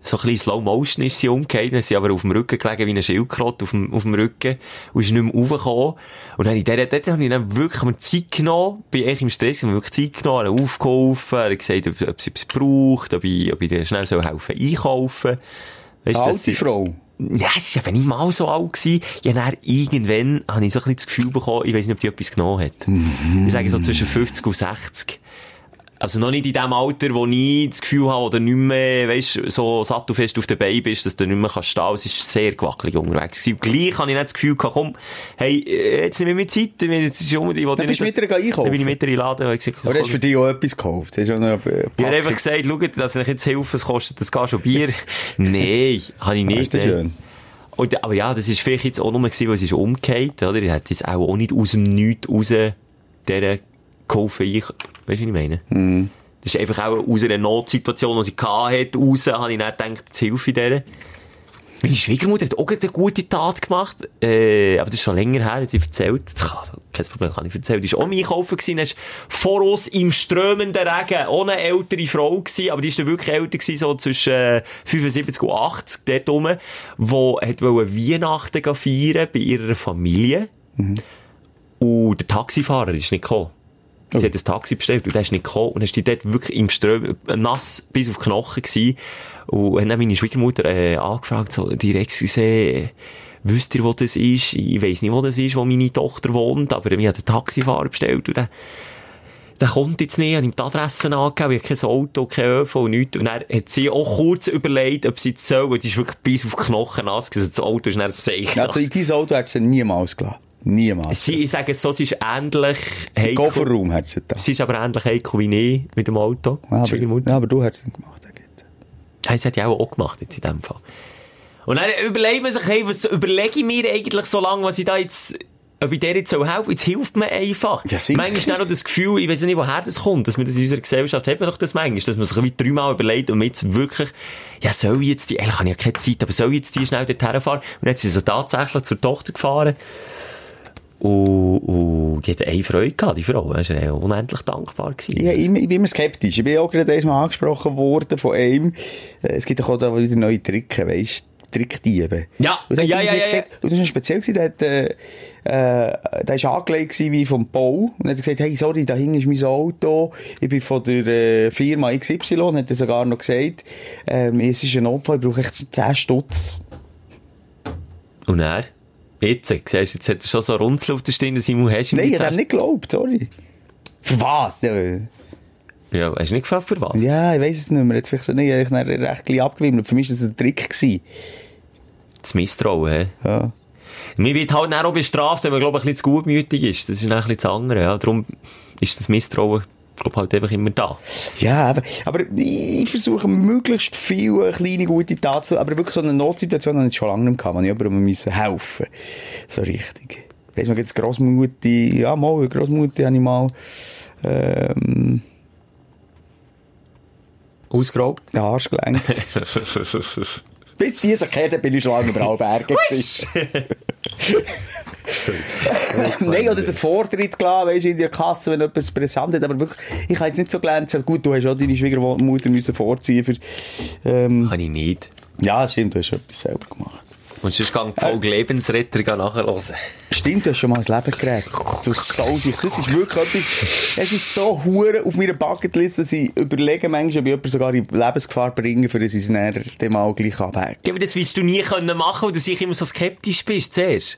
so ein bisschen Slow Motion ist sie umgekehrt. Dann ist sie aber auf dem Rücken gelegen, wie ein Schildkröte auf dem, auf dem Rücken. Und ist nicht mehr raufgekommen. Und dann habe ich, dort, dort habe ich dann wirklich mir Zeit genommen. Bin echt im Stress, habe mir wirklich Zeit genommen, habe aufgeholfen, habe gesagt, ob, ob sie etwas braucht, ob ich, ob ich ihr schnell soll helfen einkaufen. Weißt, Eine alte dass sie- Frau. ja, es war eben nicht mal so alt. Gewesen. Ja, dann irgendwann habe ich so ein bisschen das Gefühl bekommen, ich weiß nicht, ob die etwas genommen hat. Mhm. Ich sage so zwischen 50 und 60. Also noch nicht in dem Alter, wo ich das Gefühl habe, oder nicht mehr, weißt, so satt und fest auf den Beinen bist, dass du nicht mehr kannst stehen kannst. Es war sehr gewackelig unterwegs. gewesen. Und gleich habe ich nicht das Gefühl gehabt, komm, hey, äh, jetzt nehme ich mir Zeit, ich meine, jetzt ist um, ich will Dann nicht, bist du dass- mit ihr einkaufen. Dann bin ich mit ihr in den Laden und habe gesagt, Aber du hast komm, für dich auch etwas gekauft. Hast auch noch eine äh, ich habe Packung. einfach gesagt, schaut, dass ich jetzt Hilfe, es kostet das gar schon Bier. Nein, habe ich nicht. Ist das nein. schön? Und, aber ja, das ist vielleicht jetzt auch nur gewesen, weil es ist umgekehrt, oder? Ich hätte jetzt auch, auch nicht aus dem Nichts raus dieser geholfen. Ich, weißt du, was ich meine? Das ist einfach auch aus einer Notsituation, die sie hatte, raus, habe ich dann gedacht, jetzt hilfe ich dieser. Meine Schwiegermutter hat auch gerade eine gute Tat gemacht, äh, aber das ist schon länger her, hat sie erzählt. Das kann, kein Problem, kann ich erzählen. Die war auch im Einkaufen, gewesen, dann ist vor uns im strömenden Regen, ohne ältere Frau gewesen, aber die ist dann wirklich älter gewesen, so zwischen äh, 75 und 80, dort rum, wo hat wollte Weihnachten gehen feiern bei ihrer Familie. Und der Taxifahrer ist nicht gekommen. Sie hat ein Taxi bestellt und der ist nicht gekommen. Und dann ist die dort wirklich im Ström, äh, nass bis auf die Knochen gewesen. Und hat dann meine Schwiegermutter äh, angefragt, so, die Excuse, äh, wisst ihr, wo das ist? Ich weiss nicht, wo das ist, wo meine Tochter wohnt, aber mir hat ein Taxifahrer bestellt. Und dann der kommt jetzt nicht, habe ihm die Adresse angegeben, ich habe kein Auto, kein ÖV, nichts. Und dann hat sie auch kurz überlegt, ob sie es soll, und die ist wirklich bis auf die Knochen nass gewesen. Das Auto ist dann sicher. Also in dein Auto hättest du sie niemals gelassen. Niemals. Sie, ich sage es so, sie ist ähnlich heikel. Kofferraum hättest du da. Sie ist aber ähnlich heikel wie ich mit dem Auto. Ja, aber, Schwiegermutter. ja, aber du hättest ihn gemacht. Herr Gitt. Ja, das hat ja auch, auch gemacht jetzt in dem Fall. Und dann überlegt man sich, hey, was überlege ich mir eigentlich so lange, was ich da jetzt, ob ich dir jetzt soll helfen Jetzt hilft man einfach. Ja, sicher. manchmal ist dann auch das Gefühl, ich weiß nicht, woher das kommt, dass man das in unserer Gesellschaft hat, man doch das manchmal, dass man sich wie dreimal überlegt und jetzt wirklich, ja, soll ich jetzt die, eigentlich habe ich ja keine Zeit, aber soll ich jetzt die schnell dort herfahren? Und dann hat sie so tatsächlich zur Tochter gefahren. Und, und die hat eine Freude gehabt, die Frau. Das war unendlich dankbar. Gewesen. Ich, hab immer, ich bin immer skeptisch. Ich bin auch gerade einmal angesprochen worden von einem. Äh, Es gibt doch auch da wieder neue Tricks, weißt du? Trickdiebe. Ja, und dann ja, ja, ja, gesagt, Und das war speziell, gewesen, der hat, äh, äh, der ist angelegt gewesen wie vom Bau. Und hat gesagt, hey, sorry, da hinten ist mein Auto. Ich bin von der äh, Firma XY. Und hat er sogar noch gesagt, ähm, es ist ein Notfall, ich brauche echt 10 Stutz. Und er? Jetzt, siehst du, jetzt hat er schon so Runzel auf der Stirn, Simon, hast du ihm Nein, ich jetzt hab dem erst- nicht geglaubt, sorry. Für was? denn? Ja, hast du nicht gefragt, für was? Ja, ich weiß es nicht mehr. Jetzt vielleicht so nicht. Ich habe ihn recht klein abgewimmelt. Für mich war das ein Trick. Gewesen. Das Misstrauen, hä? Ja. Man wird halt dann auch bestraft, wenn man, glaube ich, ein bisschen zu gutmütig ist. Das ist dann ein bisschen das andere, ja. Darum ist das Misstrauen, glaube ich, halt einfach immer da. Ja, aber, aber ich ich versuche möglichst viele kleine gute Taten zu, aber wirklich so eine Notsituation habe ich schon lange nicht gehabt, wo ich jemandem müssen helfen So richtig. Weißt du, jetzt Grossmutti, ja, mal, eine Grossmutti habe ich mal, ähm, Ausgeraubt? den Arsch gelenkt. Bis die so gehört hat, bin ich schon lange über alle Berge gewesen. Nein, oder den Vortritt klar, weißt du, in der Kasse, wenn jemand es präsent hat, aber wirklich, ich habe jetzt nicht so gelernt, so gut, du hast auch deine Schwiegermutter müssen vorziehen für, ähm, Habe ich nicht. ja, stimmt, du hast etwas selber gemacht. Und sonst kann Äh. ich Folge Lebensretter gehen nachhören. Stimmt, du hast schon mal das Leben geredet. Du Sausicht. Das ist wirklich etwas, es ist so hure auf meiner Bucketlist, dass ich überlege manchmal, ob ich jemanden sogar in Lebensgefahr bringe, für das ich es dann dann mal gleich abhänge. Ja, aber das willst du nie können machen, weil du sicher immer so skeptisch bist, zuerst.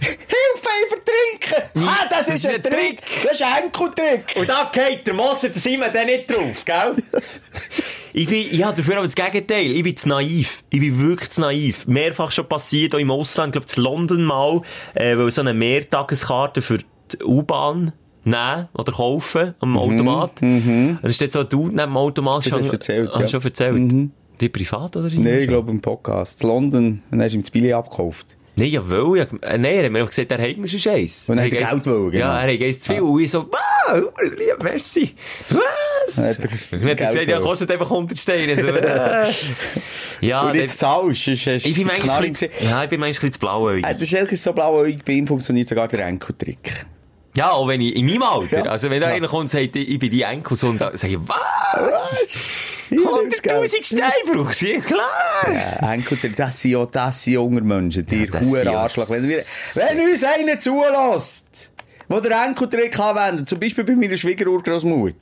Hilfe, ich Hm? vertrinke! Ah, das, ist ein Trick! Das ist ein Enkeltrick! Und da geht der Moser, da sind wir dann nicht drauf, gell? ich bin, ich habe dafür aber das Gegenteil. Ich bin zu naiv. Ich bin wirklich zu naiv. Mehrfach schon passiert, auch im Ausland, glaube zu London mal, äh, weil so eine Mehrtageskarte für die U-Bahn nehmen oder kaufen am Automat. Und dann steht so ein Dude neben dem Automat. Das hast du erzählt, Hast du ja. schon erzählt? Ah, Die privat oder Nein, ich glaube im Podcast. In London, dann hast du ihm das Billy abgekauft. Nein, jawohl. Ja, äh, nein, er hat mir gesagt, er hat mir schon Scheiß. Und er hat Geld wollen, genau. Ja, er hat Geld zu viel. Und ich so, wow, lieb, merci. Was? Dann Er hat hat er gesagt, Geld ja, wollen. kostet einfach 100 Steine. So, äh. ja, Und jetzt Ah, der- zahlst du, sonst hast du ich die bin manchmal Knarre- ein bisschen, ja, ich bin manchmal ein bisschen zu blauäugig. Äh, Das ist ehrlich so blauäugig, bei ihm funktioniert sogar der Enkeltrick. Ja, auch wenn ich, in meinem Alter. Ja. Also, wenn da Ja. einer kommt und sagt, ich bin die Enkel, so, und dann sage ich, was? Ah, Ich nehme das Geld. 100.000 Steine brauchst du? Ja, klar. Ja, Enkel, das sind ja, das sind junge Menschen, die das sind ja Hurenarschlag. Wenn, wir, wenn uns einer zulässt, der den Enkeltrick anwendet, zum Beispiel bei meiner Schwiegerurgroßmutter,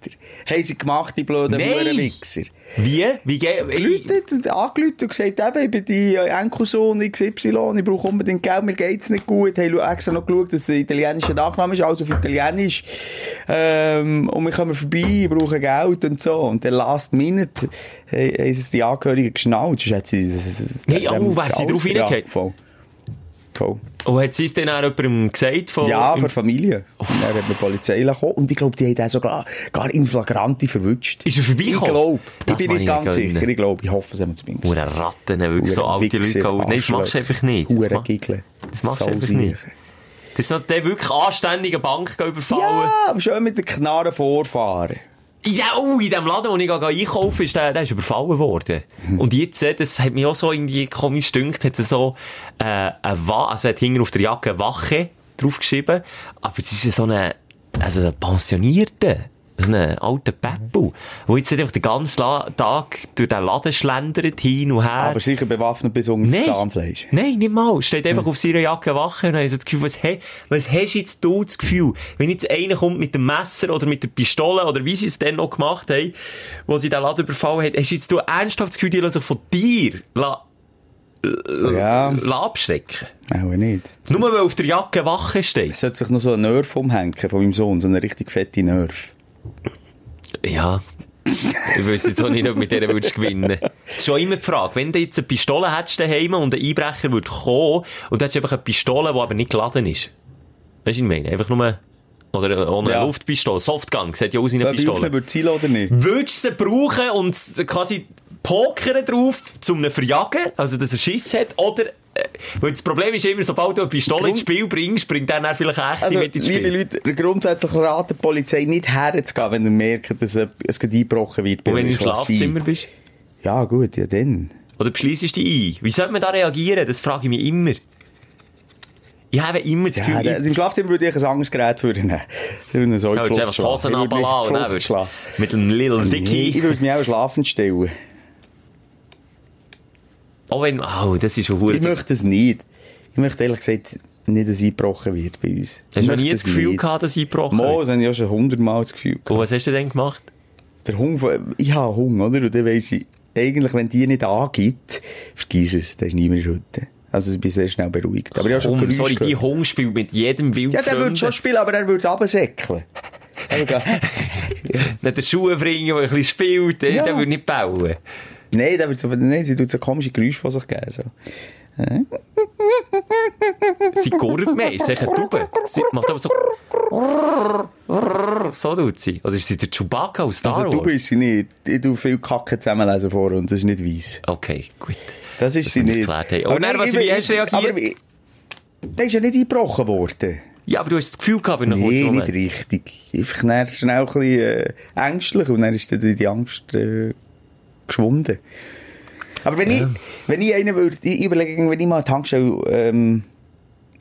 haben sie gemacht, die blöden Nein. Hurenwichser. Wie? Wie geht, Leute und angelüht und gesagt, eben, ich bin die Enkelsohn XY, ich brauche unbedingt Geld, mir geht's nicht gut. Hey, extra noch geschaut, dass es ein italienischer Nachname ist, also auf Italienisch. Ähm, und wir kommen vorbei, ich brauche Geld und so. Und dann last minute hey, haben sie die Angehörigen geschnallt. Sonst hat sie, das- das- das- Nein, dem- oh, wäre sie alles- drauf reingefallen? Ja, voll. Voll. und hat sie es dann auch jemandem gesagt? Von, Ja, im- für Familie. Und Dann hat man die Polizei gekommen und ich glaube, die haben auch sogar gar in Flagranti verwünscht. Ist er Ich vorbeigekommen? glaube. Ich Das bin mag nicht ich ganz nicht gönnen. sicher. Ich glaube, ich hoffe es haben wir zumindest. Hure Ratten, ne, wirklich so alte Leute. geholt. Nein, das machst du einfach nicht. Das, Hure ma Giggle. das machst du einfach nicht. das ist noch der wirklich anständige Bank überfallen. Ja, aber schön mit den Knarren vorfahren. In, dem, oh, in dem Laden, wo ich gehe einkaufen ist der, der ist überfallen worden. Und jetzt, äh, das hat mich auch so irgendwie komisch gedünkt, hat sie so, äh, eine Wa also hat hinten auf der Jacke eine Wache draufgeschrieben, aber das ist ja so eine, also ein Pensionierte. So ein alter Peppel, der jetzt einfach den ganzen La Tag durch den Laden schlendert, hin und her. Aber sicher bewaffnet bis unter das Zahnfleisch. Nein, nicht mal. Steht einfach auf seiner Jacke Wache und dann habe ich so das Gefühl, was, he, was hast jetzt du das Gefühl, wenn jetzt einer kommt mit dem Messer oder mit der Pistole oder wie sie es dann noch gemacht haben, wo sie den Laden überfallen hat, hast jetzt du ernsthaft das Gefühl, die lassen sich von dir la, Ja, nou, la abschrecken? auch nicht. Nur weil auf der Jacke Wache steht. Es sollte sich noch so ein Nerv umhängen von meinem Sohn, so eine richtig fette Nerv. Ja. Ich wüsste jetzt auch nicht, ob mit der würdest gewinnen. Das ist schon immer die Frage. Wenn du jetzt eine Pistole hättest daheim und ein Einbrecher würde kommen und du hättest einfach eine Pistole, die aber nicht geladen ist. Weißt du, was ich meine? Einfach nur, oder äh, ohne Ja. eine Luftpistole. Softgun, sieht ja aus wie Wer eine Pistole. Pistole. würde zielen oder nicht? Würdest du sie brauchen und s- quasi pokern drauf, um ihn verjagen, also dass er Schiss hat, oder, äh, weil das Problem ist immer, sobald du eine Pistole Grund- ins Spiel bringst, bringt er dann vielleicht eine echte Also, mit ins Spiel. liebe Leute, grundsätzlich raten die Polizei nicht herzugehen, wenn ihr merkt, dass äh, es gerade eingebrochen wird. bei und wenn du im euch. Lass sein. Schlafzimmer bist? Ja, gut, ja dann. Oder beschließest du dich ein? Wie sollte man da reagieren? Das frage ich mich immer. Ich habe immer das Ja, da- Gefühl, ja, ich also Im Schlafzimmer würde ich ein anderes Gerät für ihn nehmen. Ich würde ihn so in ja, die würdest Flucht einfach die schlagen. Hosen Ich würde mich in die Flucht schlagen. runterlassen und dann würdest- mit dem Little Nee, Ich Dicky. würde mich auch schlafend stellen. Auch wenn, oh, das ist schon Ich gut. möchte es nicht. Ich möchte ehrlich gesagt nicht, dass eingebrochen wird bei uns. Hast Ich du noch nie möchte das es Gefühl nicht. gehabt, dass ich gebrochen Mo, habe? das habe ich auch schon hundertmal das Gefühl gehabt. Was hast du denn gemacht? Der Hunger, von- ich habe Hunger, oder? Und dann weiss ich, eigentlich, wenn die nicht angibt, vergiss es, dann ist niemand schuld. Also ich bin sehr schnell beruhigt. Aber ich habe schon Hung, Geräusche sorry, die gehört. Hung spielt mit jedem Wild. Ja, der würde schon spielen, aber er würde runtersäckeln. Egal. Nicht den Schuhe bringen, der ein bisschen spielt, ja. Ja. der würde nicht bauen. Nein, der wird so, nein, sie tut so komische Geräusche von sich geben. So. Sie gurrt mehr, ist sicher Tube. Sie macht aber so... So tut sie. Oder ist sie der Chewbacca aus Star Also Wars? du bist sie nicht. Ich tue viel Kacke zusammenlesen vor und das ist nicht weiss. Okay, gut. Das ist sie wir das nicht. geklärt haben. Und dann, was sie- wie hast du reagiert? Aber, ich- der ist ja nicht eingebrochen worden. Ja, aber du hast das Gefühl gehabt, wenn du Nee, kurz nicht richtig. Einfach dann schnell ein bisschen äh, ängstlich und dann ist dann die Angst äh, geschwunden. Aber wenn ich, wenn ich einen würde, ich überlege, wenn ich mal eine Tankstelle ähm,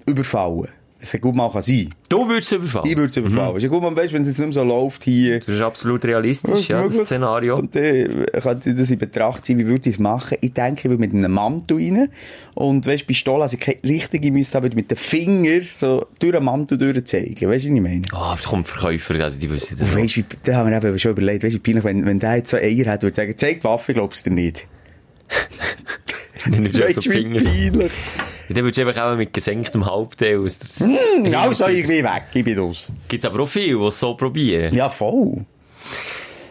überfalle, das ja gut mal kann sein. Du würdest überfallen. Ich würde es überfallen. Ist ja gut, man weiss, wenn es jetzt nicht mehr so läuft hier. Das ist absolut realistisch, ja, das möglich. Szenario. Und dann äh, könnte das in Betracht ziehen, wie würde ich es machen? Ich denke, ich würde mit einem Mantel rein. Und weißt du, Pistole, also ich keine richtige müsste, aber mit den Fingern so durch den Mantel durchzeigen. Weißt du, was ich meine? Ah, aber da kommt Verkäufer, also die wissen das. Und weißt du, wie- da haben wir eben schon überlegt, weißt du, wie peinlich, wenn, wenn der jetzt so Eier hat, würde ich sagen, zeig die Waffe, glaubst du dir nicht. Dann nimmst du einfach Weißt so du, die wie Finger. peinlich. Dann würdest du einfach auch mit gesenktem Halbteil aus der... Genau so irgendwie weg, ich bin raus. Gibt's aber auch viele, die es so probieren. Ja, voll.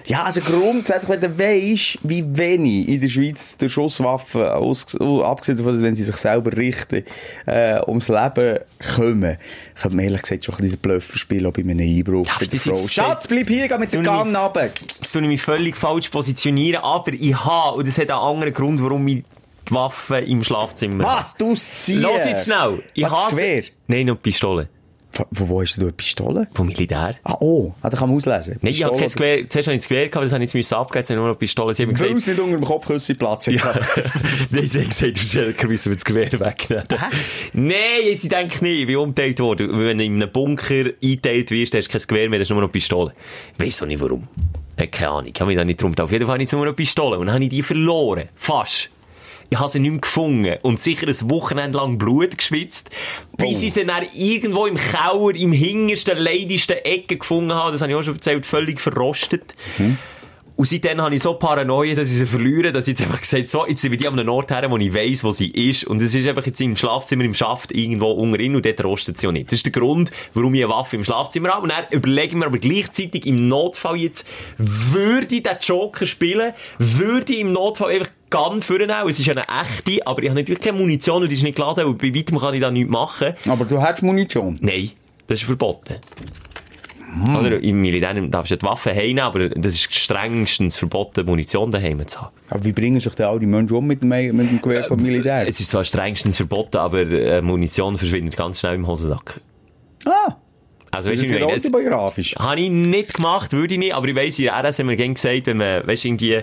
Ja, also grundsätzlich, wenn du weisst, wie wenig in der Schweiz der Schusswaffen, ausges- oh, abgesehen davon, dass wenn sie sich selber richten, äh, ums Leben kommen, könnte man ehrlich gesagt schon ein bisschen den Blöffer spielen, ob in einem Einbruch aber bei der das ist Frau. jetzt- Schatz, bleib hier, geh mit der Du nicht. Gun runter. Jetzt tue ich mich völlig falsch positionieren, aber ich habe, und das hat einen anderen Grund, warum ich die Waffe im Schlafzimmer Was, du siehst? Los jetzt schnell! Ich Was, das habe Gewehr? Nein, noch die Pistole. Wo, wo hast du eine Pistole? Vom Militär. Ah, oh, ah, da kann man auslesen. Nein, ich habe kein Pistole- Gewehr. Zuerst habe ich das Gewehr gehabt, das habe ich jetzt müssen abgeben, jetzt habe ich nur noch die Pistole. Sie haben Weil gesagt, es nicht unter dem Kopfküsse Platz hat. Nein, sie haben gesagt, der Schelker müssen wir das Gewehr wegnehmen. Nein, sie denken nicht, ich bin umgeteilt worden. Wenn du in einem Bunker eingeteilt wirst, hast du kein Gewehr mehr, hast du nur noch Pistole. Ich weiss auch nicht warum. Äh, keine Ahnung, ich habe mich da nicht drum getan. Auf jeden Fall habe ich jetzt nur noch Pistole und dann habe ich die verloren. Fast. Ich habe sie nicht mehr gefunden und sicher ein Wochenende lang Blut geschwitzt, bis ich sie dann irgendwo im Keller, im hintersten, leidesten Ecke gefunden habe. Das habe ich auch schon erzählt, völlig verrostet. Und seitdem habe ich so Paranoia, dass ich sie verliere, dass ich jetzt einfach gesagt so, jetzt sind wir die an einem Ort her, wo ich weiss, wo sie ist. Und es ist einfach jetzt im Schlafzimmer, im Schaft, irgendwo unterin und dort rostet sie auch nicht. Das ist der Grund, warum ich eine Waffe im Schlafzimmer habe. Und dann überlege ich mir aber gleichzeitig im Notfall jetzt, würde ich den Joker spielen, würde ich im Notfall einfach Gun führen auch. Es ist ja eine echte, aber ich habe natürlich keine Munition und die ist nicht geladen und bei weitem kann ich da nichts machen. Aber du hast Munition. Nein, das ist verboten. Hm. Oder im Militär darfst du die Waffe heimnehmen, aber das ist strengstens verboten, Munition daheim zu haben. Aber wie bringen sich denn all die Menschen um mit dem, mit dem Gewehr vom Militär? Es ist zwar strengstens verboten, aber äh, Munition verschwindet ganz schnell im Hosensack. Ah, Also, das ist jetzt weißt du, wie ich gerade meine? autobiografisch. Habe ich nicht gemacht, würde ich nicht, aber ich weiss, in der RS haben wir gerne gesagt, wenn man, weißt du, irgendwie,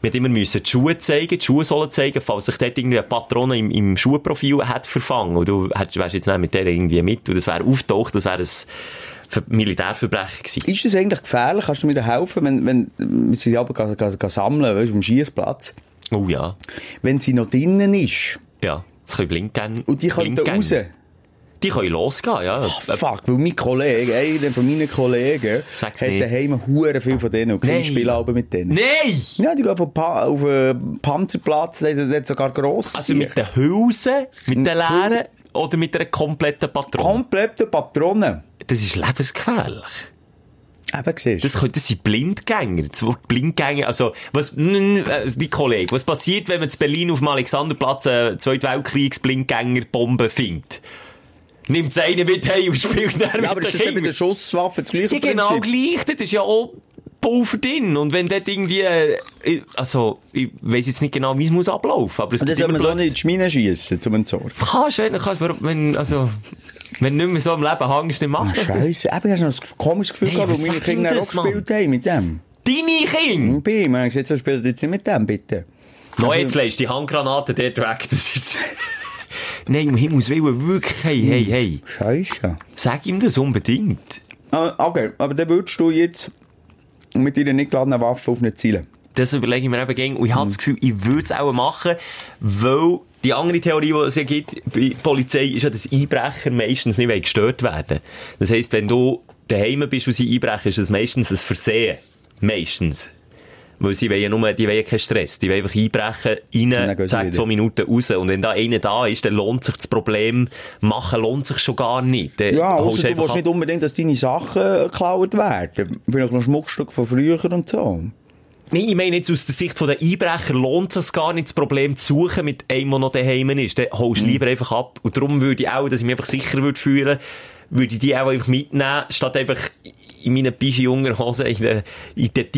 wir haben immer müssen die Schuhe zeigen, die Schuhe sollen zeigen, falls sich dort irgendwie eine Patrone im, im Schuhprofil hat verfangen. Und du hättest- wärst jetzt nicht mit der irgendwie mit und das wäre auftaucht, das wäre ein Ver- Militärverbrechen gewesen. Ist das eigentlich gefährlich? Kannst du mir da helfen, wenn, wenn wenn sie aber ga- ga- ga sammeln, weißt du, vom Schießplatz? Oh ja. Wenn sie noch drinnen ist Ja, es können Blindgänge. und die kommt da Blindgänge. raus. Die können losgehen, ja. Ah, Fuck, weil mein Kollege, einer von meinen Kollegen, Sag's hat nicht. daheim Huren viel von denen und Nein. kein Spielalben mit denen. Nein! Ja, die gehen auf den Pa- auf den Panzerplatz, der ist sogar gross. Also mit den Hülsen, mit den leeren oder mit einer kompletten Patrone. Komplette Patronen. Das ist lebensgefährlich. Eben, siehst Das, könnte- das sind Blindgänger. Das Wort Blindgänger, also, was, mm, äh, die Kollege, was passiert, wenn man in Berlin auf dem Alexanderplatz einen Zweitweltkriegs-Blindgänger-Bombe findet? Nimmt es einen mit heim und spielt dann Ja, aber mit das den ist dann bei der Kindern. Schusswaffe das gleiche Ja, genau Prinzip. gleich. Das ist ja auch Pulver drin. Und wenn dort irgendwie, äh, ich- also, ich weiss jetzt nicht genau, wie es muss ablaufen, aber es Und dann gibt soll man immer so nicht in Leute- die Schmine schiessen, zum Entsorgen. Kannst, wenn du kannst, warum- wenn, also, wenn du nicht mehr so im Leben hängst, dann mach doch das. Scheiße, eben, hast du noch ein komisches Gefühl Hey, gehabt, was weil meine sagt denn Kinder auch das, Mann? gespielt haben mit dem. Deine Kinder! Und bei ihm, er hat gesagt, so spielt jetzt nicht mit dem, bitte. Also, No, Nou, jetzt lässt die Handgranate dort weg. Das ist... Nein, um Himmels Willen, wirklich. Hey, hey, hey. dus Scheiße. Sag ihm das unbedingt. Ah, okay, aber dann würdest du jetzt mit deiner nicht geladenen Waffe auf eine Ziele. Das überlege ich mir eben gegen. Und ich habe Mhm. das Gefühl, ich würde es auch machen, weil die andere Theorie, die es ja gibt bei der Polizei, ist ja, dass Einbrecher meistens nicht gestört werden wollen. Das heisst, wenn du daheim bist und sie einbrechen, ist das meistens ein Versehen. Meistens. Weil sie wollen ja nur, die wollen ja keinen Stress. Die wollen einfach einbrechen, dann rein, gehen sie zack, wieder. zwei Minuten raus. Und wenn da einer da ist, dann lohnt sich das Problem machen, lohnt sich schon gar nicht. Dann Ja, holst außer du einfach willst ab. nicht unbedingt, dass deine Sachen äh, geklaut werden. Vielleicht noch Schmuckstücke von früher und so. Nein, ich meine jetzt aus der Sicht der Einbrecher lohnt es sich gar nicht, das Problem zu suchen mit einem, der noch daheim ist. Dann holst du lieber einfach ab. Und darum würde ich auch, dass ich mich einfach sicher würde fühlen, würde ich die auch einfach mitnehmen, statt einfach in meinen Pischi-Jungerhosen, in den, in den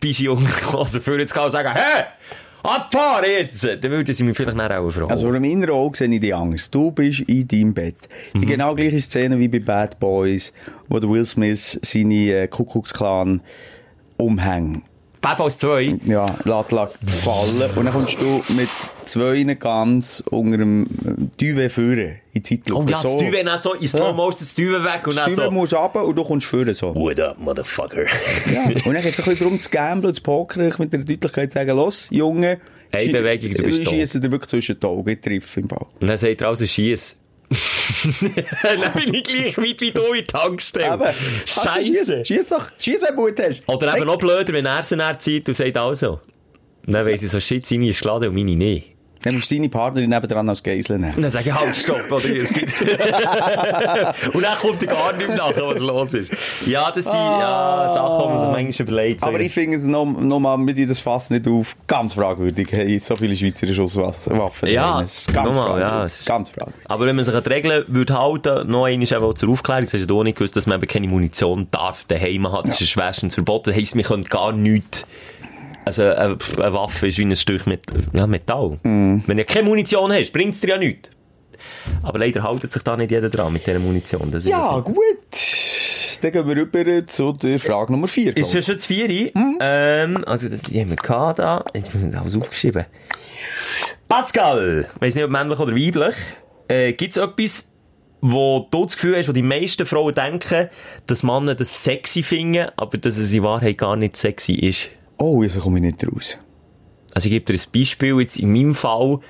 Titelmaus-Pischi-Jungerhosen vorne zu gehen und sagen, hä? Abfahren jetzt! Dann würde sie mich vielleicht nachher auch fragen. Also vor dem inneren Auge sehe ich die Angst. Du bist in deinem Bett. Die Mhm. genau gleiche Szene wie bei Bad Boys, wo der Will Smith seine äh, Kuckucksklan umhängt. Bad Boys 2. Ja, lässt, lässt fallen. Und dann kommst du mit zwei ganz unter dem äh, Duvet führen in die Zeitlupe. Und lass Oh, das also. So. Düwe dann so in Slow Motion das Düwe weg und Das dann Duvet so... musst du runter und du kommst führen so. What up, motherfucker? Ja. Und dann geht es ein bisschen darum, zu gamblen, zu pokern, ich mit der Deutlichkeit zu sagen, los, Junge, Hey, schi- Bewegung, du bist wir schiessen dir wirklich zwischen die Augen, ich treffe im Fall. Und dann sagt er also, schiess. dann bin ich gleich weit wie du in die Tankstelle. Scheiße. also, Schieß doch, schieß, wenn du Mut hast. Oder eben Hey, noch blöder, wenn er sie dann zieht und sagt also. Und Dann weiss ich so, shit, seine ist geladen und meine nicht. Dann musst du deine Partnerin nebendran als Geisel nehmen. Und dann sage ich, halt, stopp, oder wie es gibt. und dann kommt er gar nicht mehr nach, was los ist. Ja, das sind ja, Sachen, die man sich manchmal überlegt. So Aber ich finde es noch, noch mal, wir tun das fast nicht auf, ganz fragwürdig, hey, so viele Schweizer Schusswaffen. Ja, daheim. Es ist ganz nochmal, ja, fragwürdig, es ist- ganz fragwürdig. Aber wenn man sich an die Regeln würde halten, noch einmal eben auch zur Aufklärung, das hast ja du auch nicht gewusst, dass man eben keine Munition darf daheim haben. Das ist ein schwerstens verboten. Das heisst, man könnte gar nichts, also, eine, eine Waffe ist wie ein Stück mit, ja, Metall. Wenn du keine Munition hast, bringt es dir ja nichts. Aber leider haltet sich da nicht jeder dran mit dieser Munition. Das ist Ja, gut. Dann gehen wir rüber zu der Frage Nummer 4. Ist ja schon das Vieri. Ähm, also, das die haben wir gehabt da. Jetzt haben wir alles aufgeschrieben. Pascal! Weiss nicht, ob männlich oder weiblich. Äh, gibt's etwas, wo du das Gefühl hast, wo die meisten Frauen denken, dass Männer das sexy finden, aber dass es in Wahrheit gar nicht sexy ist? Oh, jetzt komme ich nicht raus. Also, ich gebe dir ein Beispiel. Jetzt in meinem Fall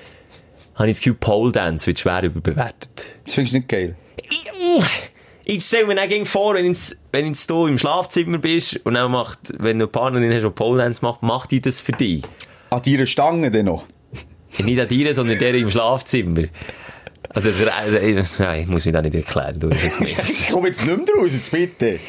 habe ich das Gefühl, Pole Dance wird schwer überbewertet. Das findest du nicht geil. Ich, ich stelle mir dann gegen vor, wenn, ins, wenn ins du im Schlafzimmer bist und dann macht, wenn du eine Partnerin hast, die Pole Dance macht, macht die das für dich. An deiner Stange dann noch. Nicht an dir, sondern der im Schlafzimmer. Also, der, äh, nein, ich muss mich da nicht erklären. Du, das ist nicht. Ich komme jetzt nicht mehr raus, jetzt bitte.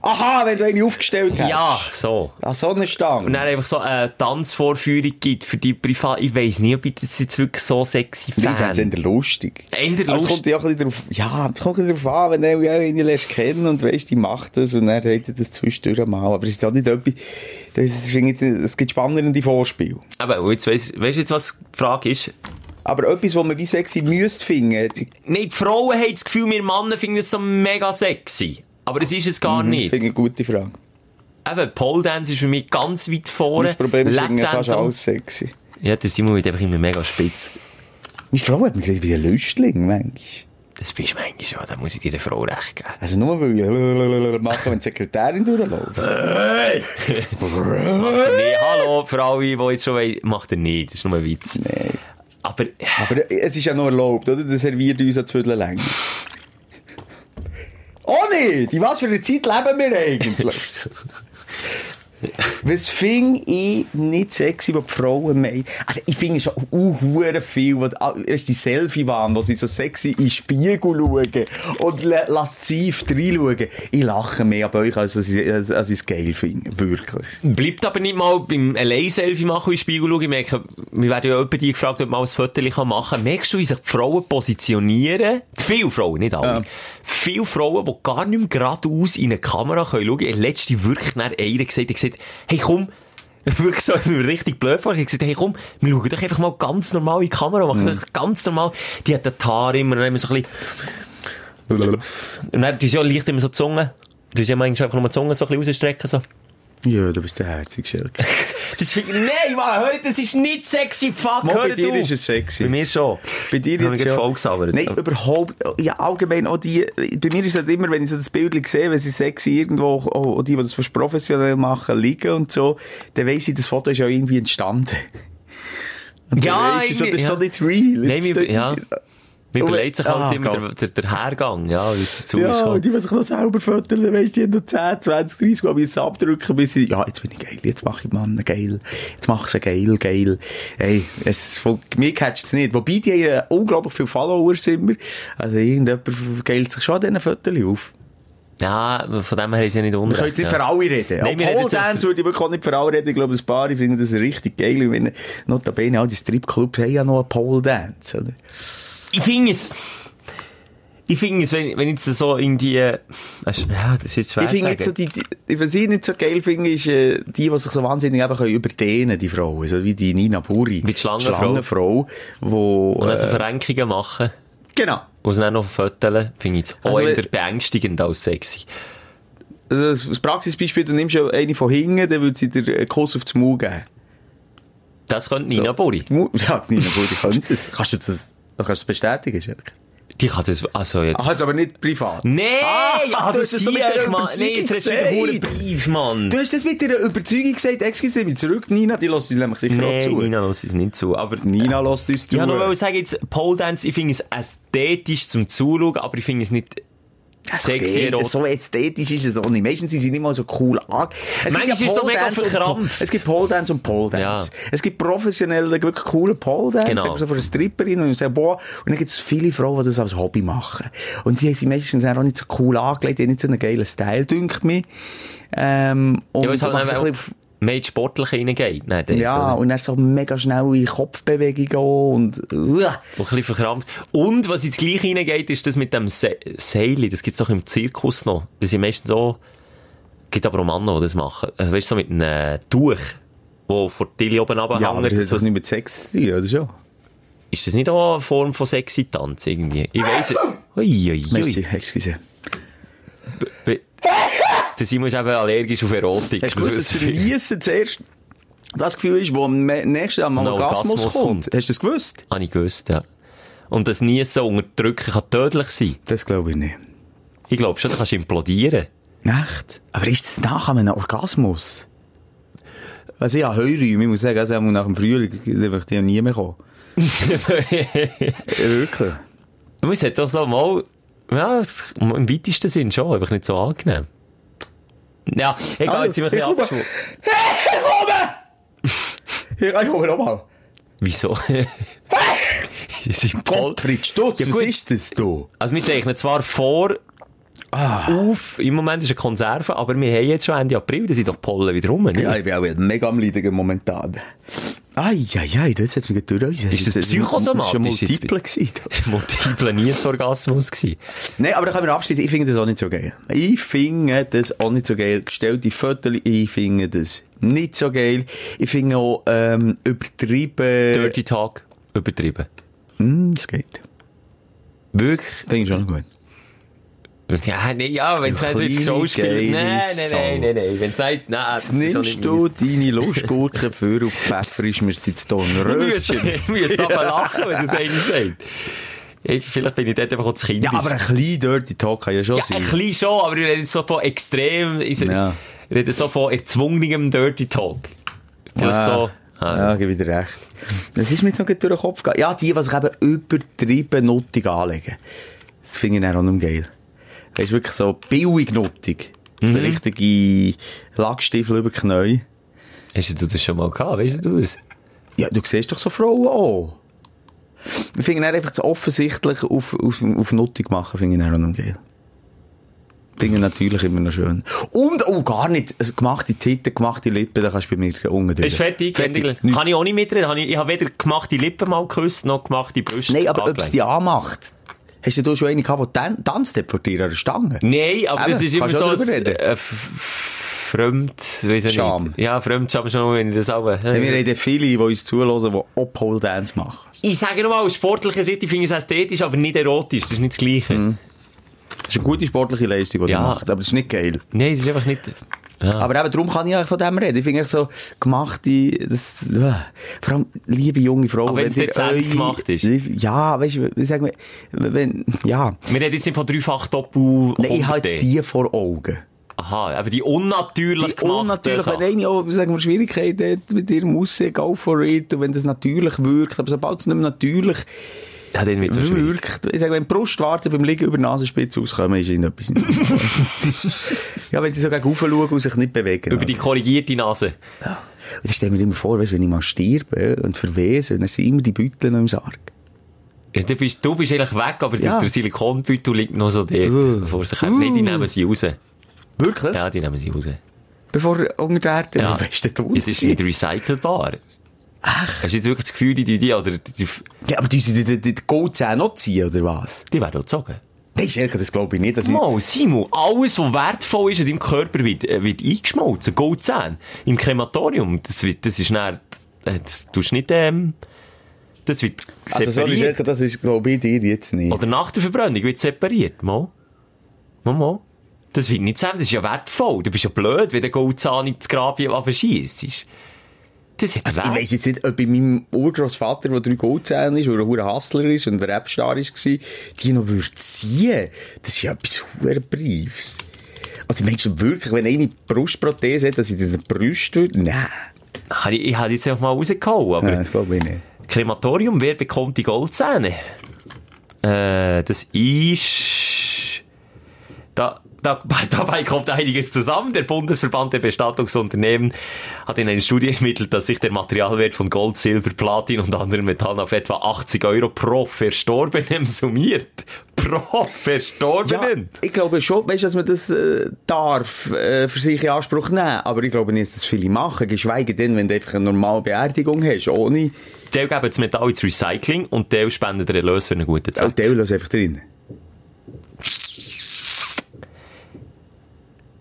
Aha, wenn du eine aufgestellt hast. ja, so. An so einer Und Stange. dann einfach so eine Tanzvorführung gibt für die Privat... Ich weiss nicht, ob ich das jetzt wirklich so sexy Ich fände es fände. eher lustig. Eher Aber Es lustig. kommt ja auch ein bisschen drauf, ja, es kommt ein bisschen drauf an, wenn du auch eine lässt kennen und weisst, die macht das und dann redet er das zwischendurch mal. Aber es ist ja nicht etwas, das ist- finde ich jetzt- es gibt spannende Vorspiele. Aber und jetzt weiss, weißt du jetzt, was die Frage ist? Aber etwas, was man wie sexy müsste finden, jetzt- Nein, die Frauen haben das Gefühl, wir Männer finden das so mega sexy. Aber das ist es gar nicht. finde ich eine gute Frage. Eben, Pole Dance ist für mich ganz weit vorne. Das Problem ist, ich finde fast Lapdance am- alles sexy. Ja, der Simon wird einfach immer mega spitz. Meine Frau hat mir gesagt, ich bin ein Lüstling, manchmal. Das bist du manchmal schon, da muss ich dir der Frau recht geben. Also nur weil ich machen, wenn die Sekretärin durchläuft. Hey! nee, hallo, für alle, die jetzt schon wollen, macht er nicht, das ist nur ein Witz. Aber, Aber es ist ja noch erlaubt, oder? Das serviert uns ja zu viel länger. Oh nicht! In was für einer Zeit leben wir eigentlich? Was finde ich nicht sexy, was die Frauen meinen? Also, ich finde schon unhuren viel, was, ah, weisst du, die Selfie-Wand, wo sie so sexy in den Spiegel schauen und la- lasziv reinschauen. Ich lache mehr ab euch, als, dass ich- als, als ich es geil finde. Wirklich. Bleibt aber nicht mal beim Allein-Selfie machen und in den Spiegel schauen. Ich merke, wir werden ja jemand gefragt, ob man ein Foto machen kann. Merkst du, wie sich die Frauen positionieren? Viele Frauen, nicht alle. Viele Frauen, die gar nicht mehr geradeaus in eine Kamera können schauen können. Letzte wirklich nach einer gesagt, die gesagt, hey komm, wirklich so, ich bin mir richtig blöd vor. Ich habe gesagt, hey komm, wir schauen doch einfach mal ganz normal in die Kamera, machen doch ganz normal. Die hat den Haar immer, und dann immer so ein bisschen, und dann tun sie ja leicht immer so die Zunge. Du ja manchmal einfach nur die Zunge so ein bisschen rausstrecken, so. Ja, du bist der herzige Schelke. Das find, nein, Mann, hör, das ist nicht sexy, fuck, Mal, hör bei dir du. ist es sexy. Bei mir schon. Bei dir Hab jetzt ich gerade ja. voll gesabbert. Nein, überhaupt. Ja, allgemein auch die. Bei mir ist es halt immer, wenn ich so das Bild sehe, wenn sie sexy irgendwo, auch, auch oh, die, dus die das fast professionell machen, liegen und so, dann weiss ich, das Foto ist ja irgendwie entstanden. Und dann Ja, weiss ich so, das irgendwie, ist ja. doch nicht real. Nein, Jetzt wir- steht- ja. Man überlegt sich halt Ah, immer geil. der, der, der Hergang, ja, wie es dazu ist. halt. Ja, und gekommen. die, die sich noch selber föteln, weisst du, die haben noch 10, 20, 30 Mal bis abdrücken, bis sie, ja, jetzt bin ich geil, jetzt mach ich Mann geil, jetzt mach sie geil, geil. Ey, es, von mir catcht es nicht. Wobei die haben ja unglaublich viele Follower immer. Also irgendjemand geilt sich schon an diesen Föteln auf. Ja, von dem her ist ja nicht Wir unrecht. können jetzt nicht ja. für alle reden. Nein, wir reden Obwohl, jetzt dann nicht- würde ich wirklich auch nicht für alle reden. Ich glaube, ein paar, ich finde das richtig geil. Und Wenn notabene all die Stripclubs haben ja noch einen Pole Dance, oder? Ich finde es, ich finde es, wenn, wenn jetzt so irgendwie, äh, weisst du, ja, das ist jetzt schwer Ich finde zu jetzt so, sagen. die, die, was ich nicht so geil finde, ist, äh, die, die sich so wahnsinnig eben können überdehnen, die Frauen. So wie die Nina Buri. Wie die Schlangenfrau. Schlangenfrau, wo, Und also äh, Verrenkungen machen genau. und es dann noch fotografieren, finde ich jetzt auch Also, eher wenn- beängstigend als sexy. Also Das das Praxisbeispiel, du nimmst ja eine von hinten, dann würde sie dir einen Kuss auf den Mund geben. Das könnte Nina so. Buri. Die Mu- Ja, die Nina Buri könnte das. Kannst du das, kannst du das bestätigen, Schelke? Die kann das, also, ja, Ach, also aber nicht privat. Nee, Ah, also du hast jetzt so mit siehst, einer Mann. Überzeugung Nee, jetzt redest du wieder gesagt. verdammt tief, Mann. Du hast das mit deiner Überzeugung gesagt, excuse mich zurück, Nina, die lässt uns nämlich sicher auch Nee, zu. Nina lässt es nicht zu. Aber Nina lässt uns zu. ich wollte nur sagen, jetzt Pole Dance, ich finde es ästhetisch zum Zuschauen, aber ich finde es nicht sexy. Ästhetisch, erotisch. So ästhetisch ist es auch nicht. Meistens sind sie nicht mal so cool an. Es Manchmal gibt ja ist es so mega Pole-Dance und verkrampft. Pole- Es gibt Pole Dance und Pole Dance. Es gibt professionelle, wirklich coole Pole Dance. Genau. Eben So von einer Stripperin und so, boah. Und dann gibt es viele Frauen, die das als Hobby machen. Und sie haben sich meistens auch nicht so cool angelegt, die haben nicht so einen geilen Style, dünkt mich. Ähm, und Ja, weil es so halt machen sie dann ein auch bisschen- mehr ins Sportliche reingeht. Nein, dort, ja, oder? und dann so mega schnelle Kopfbewegungen auch und, uah. Und ein bisschen verkrampft. Und was jetzt gleich reingeht, ist das mit dem Se Seil. Das gibt es doch im Zirkus noch. Das sind meistens so, gibt aber auch Männer, die das machen. Also, weißt du, so mit einem äh, Tuch, wo vor die Tilly oben runterhängt. Ja, aber das hat so doch nicht mit Sex zu tun, oder schon? Ist das nicht auch eine Form von sexy Tanz irgendwie? Ich weiss es. Merci, Uiuiui. excuse. Der Simon ist eben allergisch auf Erotik. Hast du gewusst, dass Das- Verliessen zuerst das Gefühl ist, wo am me- nächsten am Am Orgasmus, Orgasmus kommt. kommt. Hast du das gewusst? Habe ich gewusst, ja. Und das nie so unterdrücken kann tödlich sein. Das glaube ich nicht. Ich glaube schon, da kannst du implodieren. Echt? Aber ist das nach einem Orgasmus? Also ja, Heuräume, ich muss sagen, also einmal nach dem Frühling, da möchte ich ja nie mehr kommen. Ja, Wirklich? Aber es hat doch so mal, ja, es- im weitesten Sinn schon, einfach nicht so angenehm. Ja, egal, jetzt sind wir Ah, ich ein komme. bisschen abgeschw- Hier, ich hole nochmal. Wieso? Wir sind voll- Gottfried Stutz, Ja, was gut. ist das du? Also wir zeichnen zwar vor auf, im Moment ist eine Konserve, aber wir haben jetzt schon Ende April, da sind doch die Pollen wieder rum. nicht? Ja, ich bin auch wieder mega am Leiden momentan. Eieiei, du, jetzt hat es mich gerade durch. Ist das psychosomatisch Das war jetzt? schon multiple. gewesen. Das war multiple Niesorgasmus. gewesen. Nein, aber da können wir abschließen. Ich finde das auch nicht so geil. Ich finde das auch nicht so geil. Gestellte Fotos, ich finde das nicht so geil. Ich finde auch ähm, übertrieben. Dirty Talk. Übertrieben. Hm, das geht. Wirklich? Finde ich schon gut. Ja, nee, ja, wenn es nicht so jetzt Kleine, Schauspiel... geile Nein, nein, Sau. nein, nein, nein. Wenn es nicht... Nein, das Jetzt ist schon nimmst nicht du deine Lustgurke für und Pfeffer ist mir seit meins. Dornröschen. Ich müsste aber lachen, wenn das einer sagt. Ja, Vielleicht bin ich dort einfach auch zu kindisch. Ja, aber ein klein Dirty Talk kann ja schon Ja, sein. ein bisschen schon, aber ich rede jetzt so von extrem... Ich Ja. rede so von erzwungenem Dirty Talk. Vielleicht so... Ah, Ja, gebe ich dir recht. Das ist mir jetzt noch gerade durch den Kopf gegangen. Ja, die, die sich eben übertrieben nuttig anlegen. Das finde ich dann auch nicht mehr geil. Das ist wirklich so billig nuttig. Mhm. So richtige Lackstiefel über die Knie. Hast du das schon mal gehabt? Weißt du das? Ja, du siehst doch so Frauen auch. Ich finde dann einfach das offensichtlich auf, auf, auf Nuttig machen, finde ich dann auch noch geil. Finde ich natürlich immer noch schön. Und, oh, gar nicht. Also, gemachte Titten, gemachte Lippen, da kannst du bei mir unten Ist fertig, fertig. Nichts. Kann ich auch nicht mitreden. Hab Ich, ich habe weder gemacht die Lippen mal geküsst, noch gemacht die Brüste. Nein, aber ob angelegt. es dich anmacht, hast du da schon einen gehabt, der tan- tanzt hat vor dir an der Stange? Nein, aber Eben, das ist immer kannst so auch ein drüber reden. äh, f- fremd, weiss ich Scham. nicht. Ja, Fremdscham schon, wenn ich das auch... äh, Hey, Wir reden viele, die uns zuhören, die Ophol Dance machen. Ich sage nur mal, aus sportlicher Seite finde ich es ästhetisch, aber nicht erotisch. Das ist nicht das Gleiche. Mhm. Das ist eine gute sportliche Leistung, die Ja. du machst, aber das ist nicht geil. Nein, es ist einfach nicht... Ja. Aber eben, darum kann ich eigentlich von dem reden. Ich finde eigentlich so gemachte, das, äh, vor allem liebe junge Frauen. Aber wenn's wenn ihr dezent eure- gemacht ist. Ja, weißt du, sag mal, wenn, ja. Wir reden jetzt nicht von dreifach Doppel... Nein, ich habe jetzt die vor Augen. Aha, aber die unnatürlich Die gemachten unnatürlich, wenn Sachen. eine auch, sagen wir, Schwierigkeiten hat mit ihrem Aussehen, go for it, und wenn das natürlich wirkt, aber sobald es nicht mehr natürlich Ja, dann wird's so schwierig. wirkt, ich sage, wenn die Brustwarzen beim Liegen über die Nasenspitze rauskommen, ist ihnen etwas nicht Ja, wenn sie so gegen rauf schauen und sich nicht bewegen. Über die korrigierte Nase. Ja. Und Ich stelle mir immer vor, weißt, wenn ich mal stirbe und verwese, dann sind immer die Beutel noch im Sarg. Ja, Du bist, du bist eigentlich weg, aber Ja. der, der Silikonbeutel liegt noch so dort Uh. vor sich. Nein, die nehmen sie raus. Wirklich? Ja, die nehmen sie raus. Bevor er unter der Erde, Ja. ja. weißt du, der Das ist nicht Unterschied? recycelbar. Ach. Hast du jetzt wirklich das Gefühl, die, die, die, oder die, die, Ja, aber die sind die, die, die Goldzähne noch ziehen, oder was? die werden auch gezogen? Das ist ehrlich, das glaube ich nicht. Dass ich, Mal, Simon, alles, was wertvoll ist an deinem Körper, wird, äh, wird eingeschmolzen. Goldzähne. Im Krematorium. Das, wird, das ist dann, äh, das tust du nicht, ähm, das wird also, sorry, separiert. Schelke, das ist, glaube ich, dir jetzt nicht. Oder nach der Verbrennung wird separiert. Mal. Mal, mal. Das wird nicht zusammen. Das ist ja wertvoll. Du bist ja blöd, wenn der Goldzahn ins Grab abschießt. Das hat Also, Ich Wert. weiss jetzt nicht, ob bei meinem Urgroßvater, der drei Goldzähne ist, der ein hoher Hassler ist und ein Rapstar ist, gsi, die noch würde ziehen. Das ist ja etwas hoher Briefs. Also, meinst du wirklich, wenn eine Brustprothese hat, dass ich dir den Brust würde? Nein. Hab Ich, ich habe jetzt einfach mal rausgehauen, aber Nein, das glaube ich nicht. Krematorium, wer bekommt die Goldzähne? Äh, das ist... Da, da, dabei kommt einiges zusammen. Der Bundesverband der Bestattungsunternehmen hat in einer Studie ermittelt, dass sich der Materialwert von Gold, Silber, Platin und anderen Metallen auf etwa 80 Euro pro Verstorbenen summiert. Pro Verstorbenen! ich glaube schon, weißt, dass man das äh, darf äh, für sich in Anspruch nehmen. Aber ich glaube nicht, dass das viele machen. Geschweige denn, wenn du einfach eine normale Beerdigung hast, ohne. Teil geben das Metall ins Recycling und Teil spenden den Erlös für einen guten Auch Zweck. der lässt also einfach drin.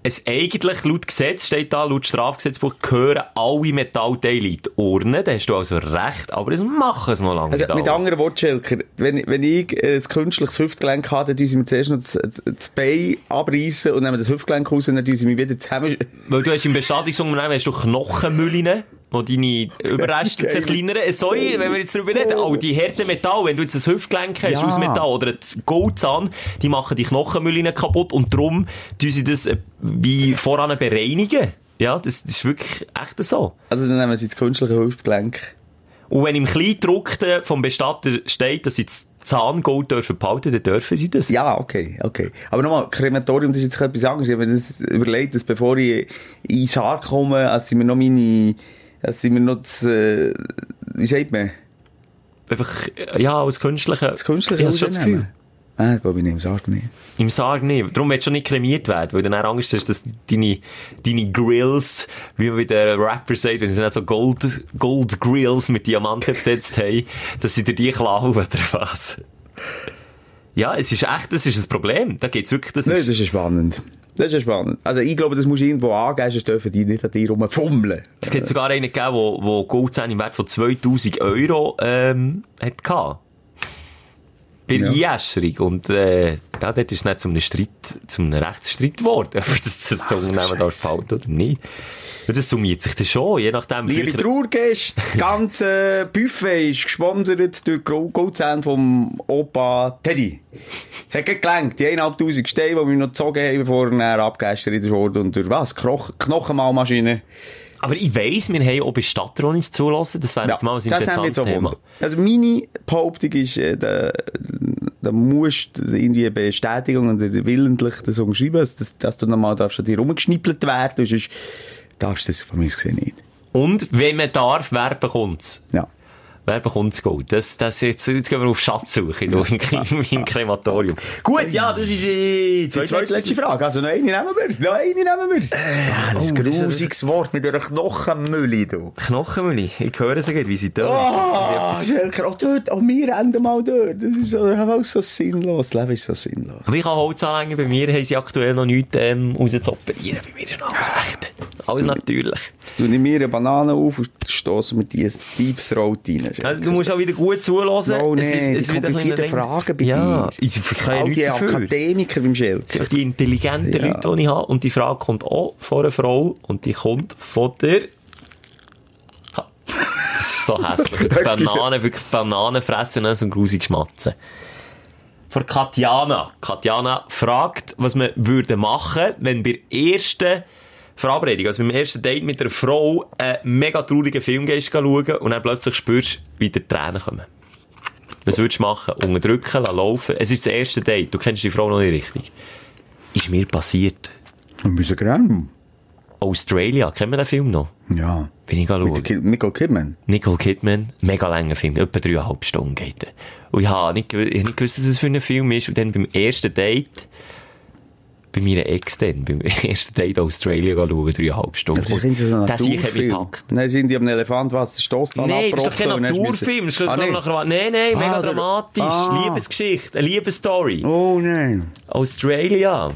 Es eigentlich laut Gesetz steht da, laut Strafgesetzbuch gehören alle Metallteile in die Urne. Da hast du also recht, aber es machen es noch lange Also, nicht mit alle. anderen Worten, Schelker, wenn, wenn ich äh, ein künstliches Hüftgelenk habe, dann tun sie mir zuerst noch das, das- das Bein abreißen und nehmen das Hüftgelenk raus und dann tun sie mich wieder zusammen. Weil du hast im Bestattungsunternehmen hast du Knochenmüllen, wo deine Überreste geil. Oh. zerkleinern. Äh, Sorry, wenn wir jetzt drüber reden, auch die harten Metall, wenn du jetzt ein Hüftgelenk hast Ja. aus Metall oder ein Goldzahn, die machen die Knochenmüllen kaputt und darum tun sie das äh, wie voran bereinigen. Ja, das, das ist wirklich echt so. Also, dann nehmen sie das künstliche Hüftgelenk. Und wenn im Kleingedruckten vom Bestatter steht, dass sie das Zahngold dürfen behalten, dann dürfen sie das. Ja, okay, okay. Aber nochmal, Krematorium, das ist jetzt etwas anderes. Ich habe mir das überlegt, dass bevor ich in den Sarg komme, als sind mir noch meine, als sind mir noch das, äh, wie sagt man, Einfach, äh, ja, als Künstliche. das Künstliche Ja, das ist schon das Gefühl. rausnehmen? Ah, ich glaube, ich nehme im Sarg nicht. Im Sarg nicht. Darum willst du nicht kremiert werden, weil du dann Angst hast, dass deine, deine Grills, wie man bei den Rapper sagt, wenn sie dann so Gold, Gold Grills mit Diamanten besetzt haben, dass sie dir die klauen oder was. Ja, es ist echt, das ist ein Problem. Da geht's wirklich, das Nein, das ist... ist ja spannend. Das ist ja spannend. Also, ich glaube, das musst du irgendwo angeben, sonst dürfen die nicht an dir rumfummeln. Es hat sogar einen gegeben, wo, wo Goldzähne im Wert von 2000 Euro, ähm, hat gehabt. Bei Ja. Einäscherung. Und, äh, ja, dort ist es nicht zu einem Streit, zu einem Rechtsstreit geworden. Ob das, das Unternehmen darf behalten oder nicht. Ja, Das summiert sich dann schon, je nachdem. Liebe vielleicht- Trauergäste, das ganze Buffet ist gesponsert durch Gro- Goldzähne vom Opa Teddy. Hat gerade gelangt. Die 1'500 Steine, die wir noch gezogen haben, bevor er abgestern wurde. Und durch was? Kroch Knochenmalmaschine. Aber ich weiss, wir haben auch Bestatter, die uns zulassen. Das wäre jetzt mal ein das haben wir interessantes jetzt auch Thema. Wunder. Also meine Behauptung ist, äh, der, Da musst du irgendwie eine Bestätigung und willentlich das umschreiben, dass, dass du nochmal darfst, an dir rumgeschnippelt werden, sonst darfst du das von mir gesehen nicht. Und wenn man darf, wer bekommt's? Ja. Wer bekommt's Gold? Das, das jetzt, jetzt gehen wir auf Schatzsuche du, im, im, im Krematorium. Gut, ja, das ist äh, Die zweitletzte Frage. Also noch eine nehmen wir. Noch eine nehmen wir. Äh, das ist ein grusiges Wort mit einer Knochenmülle, du. Knochenmühle. Ich höre sie gerade, wie sie da. Oh, das ist wirklich, oh, dort, auch wir enden mal dort. Das ist so, auch so sinnlos. Das Leben ist so sinnlos. Aber ich kann Holz anlegen, bei mir haben sie aktuell noch nichts ähm, rauszuoperieren. Bei mir ist noch alles echt. Alles natürlich. Du nimm mir eine Banane auf und stoss mit dir Deep Throat rein. Also, du musst auch wieder gut zuhören. Oh nein, die wieder ein komplizierten bisschen- Fragen bei ja, dir. Ich kann ja All nichts die dafür. Akademiker beim Schelzen. Die intelligenten Ja. Leute, die ich habe. Und die Frage kommt auch von einer Frau. Und die kommt von der... Ha. Das ist so hässlich. Bananen, wirklich Bananen fressen und dann so ein grusig schmatzen. Von Katjana. Katjana fragt, was man würde machen, wenn bei der ersten Verabredung, also beim ersten Date mit einer Frau, einen mega traurigen Film gehst schauen und dann plötzlich spürst, wie die Tränen kommen. Was würdest du machen? Unterdrücken, lassen laufen? Es ist das erste Date, du kennst die Frau noch nicht richtig. Ist mir passiert. Wir müssen gerne. Australia, kennen wir den Film noch? Ja. Bin ich schauen. Mit der Kid- Nicole Kidman. Nicole Kidman, mega langer Film, etwa dreieinhalb Stunden geht er. Und ich habe nicht, gew- ich hab nicht gewusst, dass es für einen Film ist. Und dann beim ersten Date, bei meiner Ex dann, beim ersten Date Australia schauen, dreieinhalb Stunden. Das ist so ein das ich mich Naturfilm. gepackt. Dann sind die am Elefant, was der Stoss dann Nein, das ist doch kein abgebrochen und dann hast du Naturfilm. Das müssen- ist ah, Ah, nee. nee. Nach, nein, nein, Ah, mega der- dramatisch. Ah. Liebesgeschichte, eine Liebesstory. Oh nein. Australia.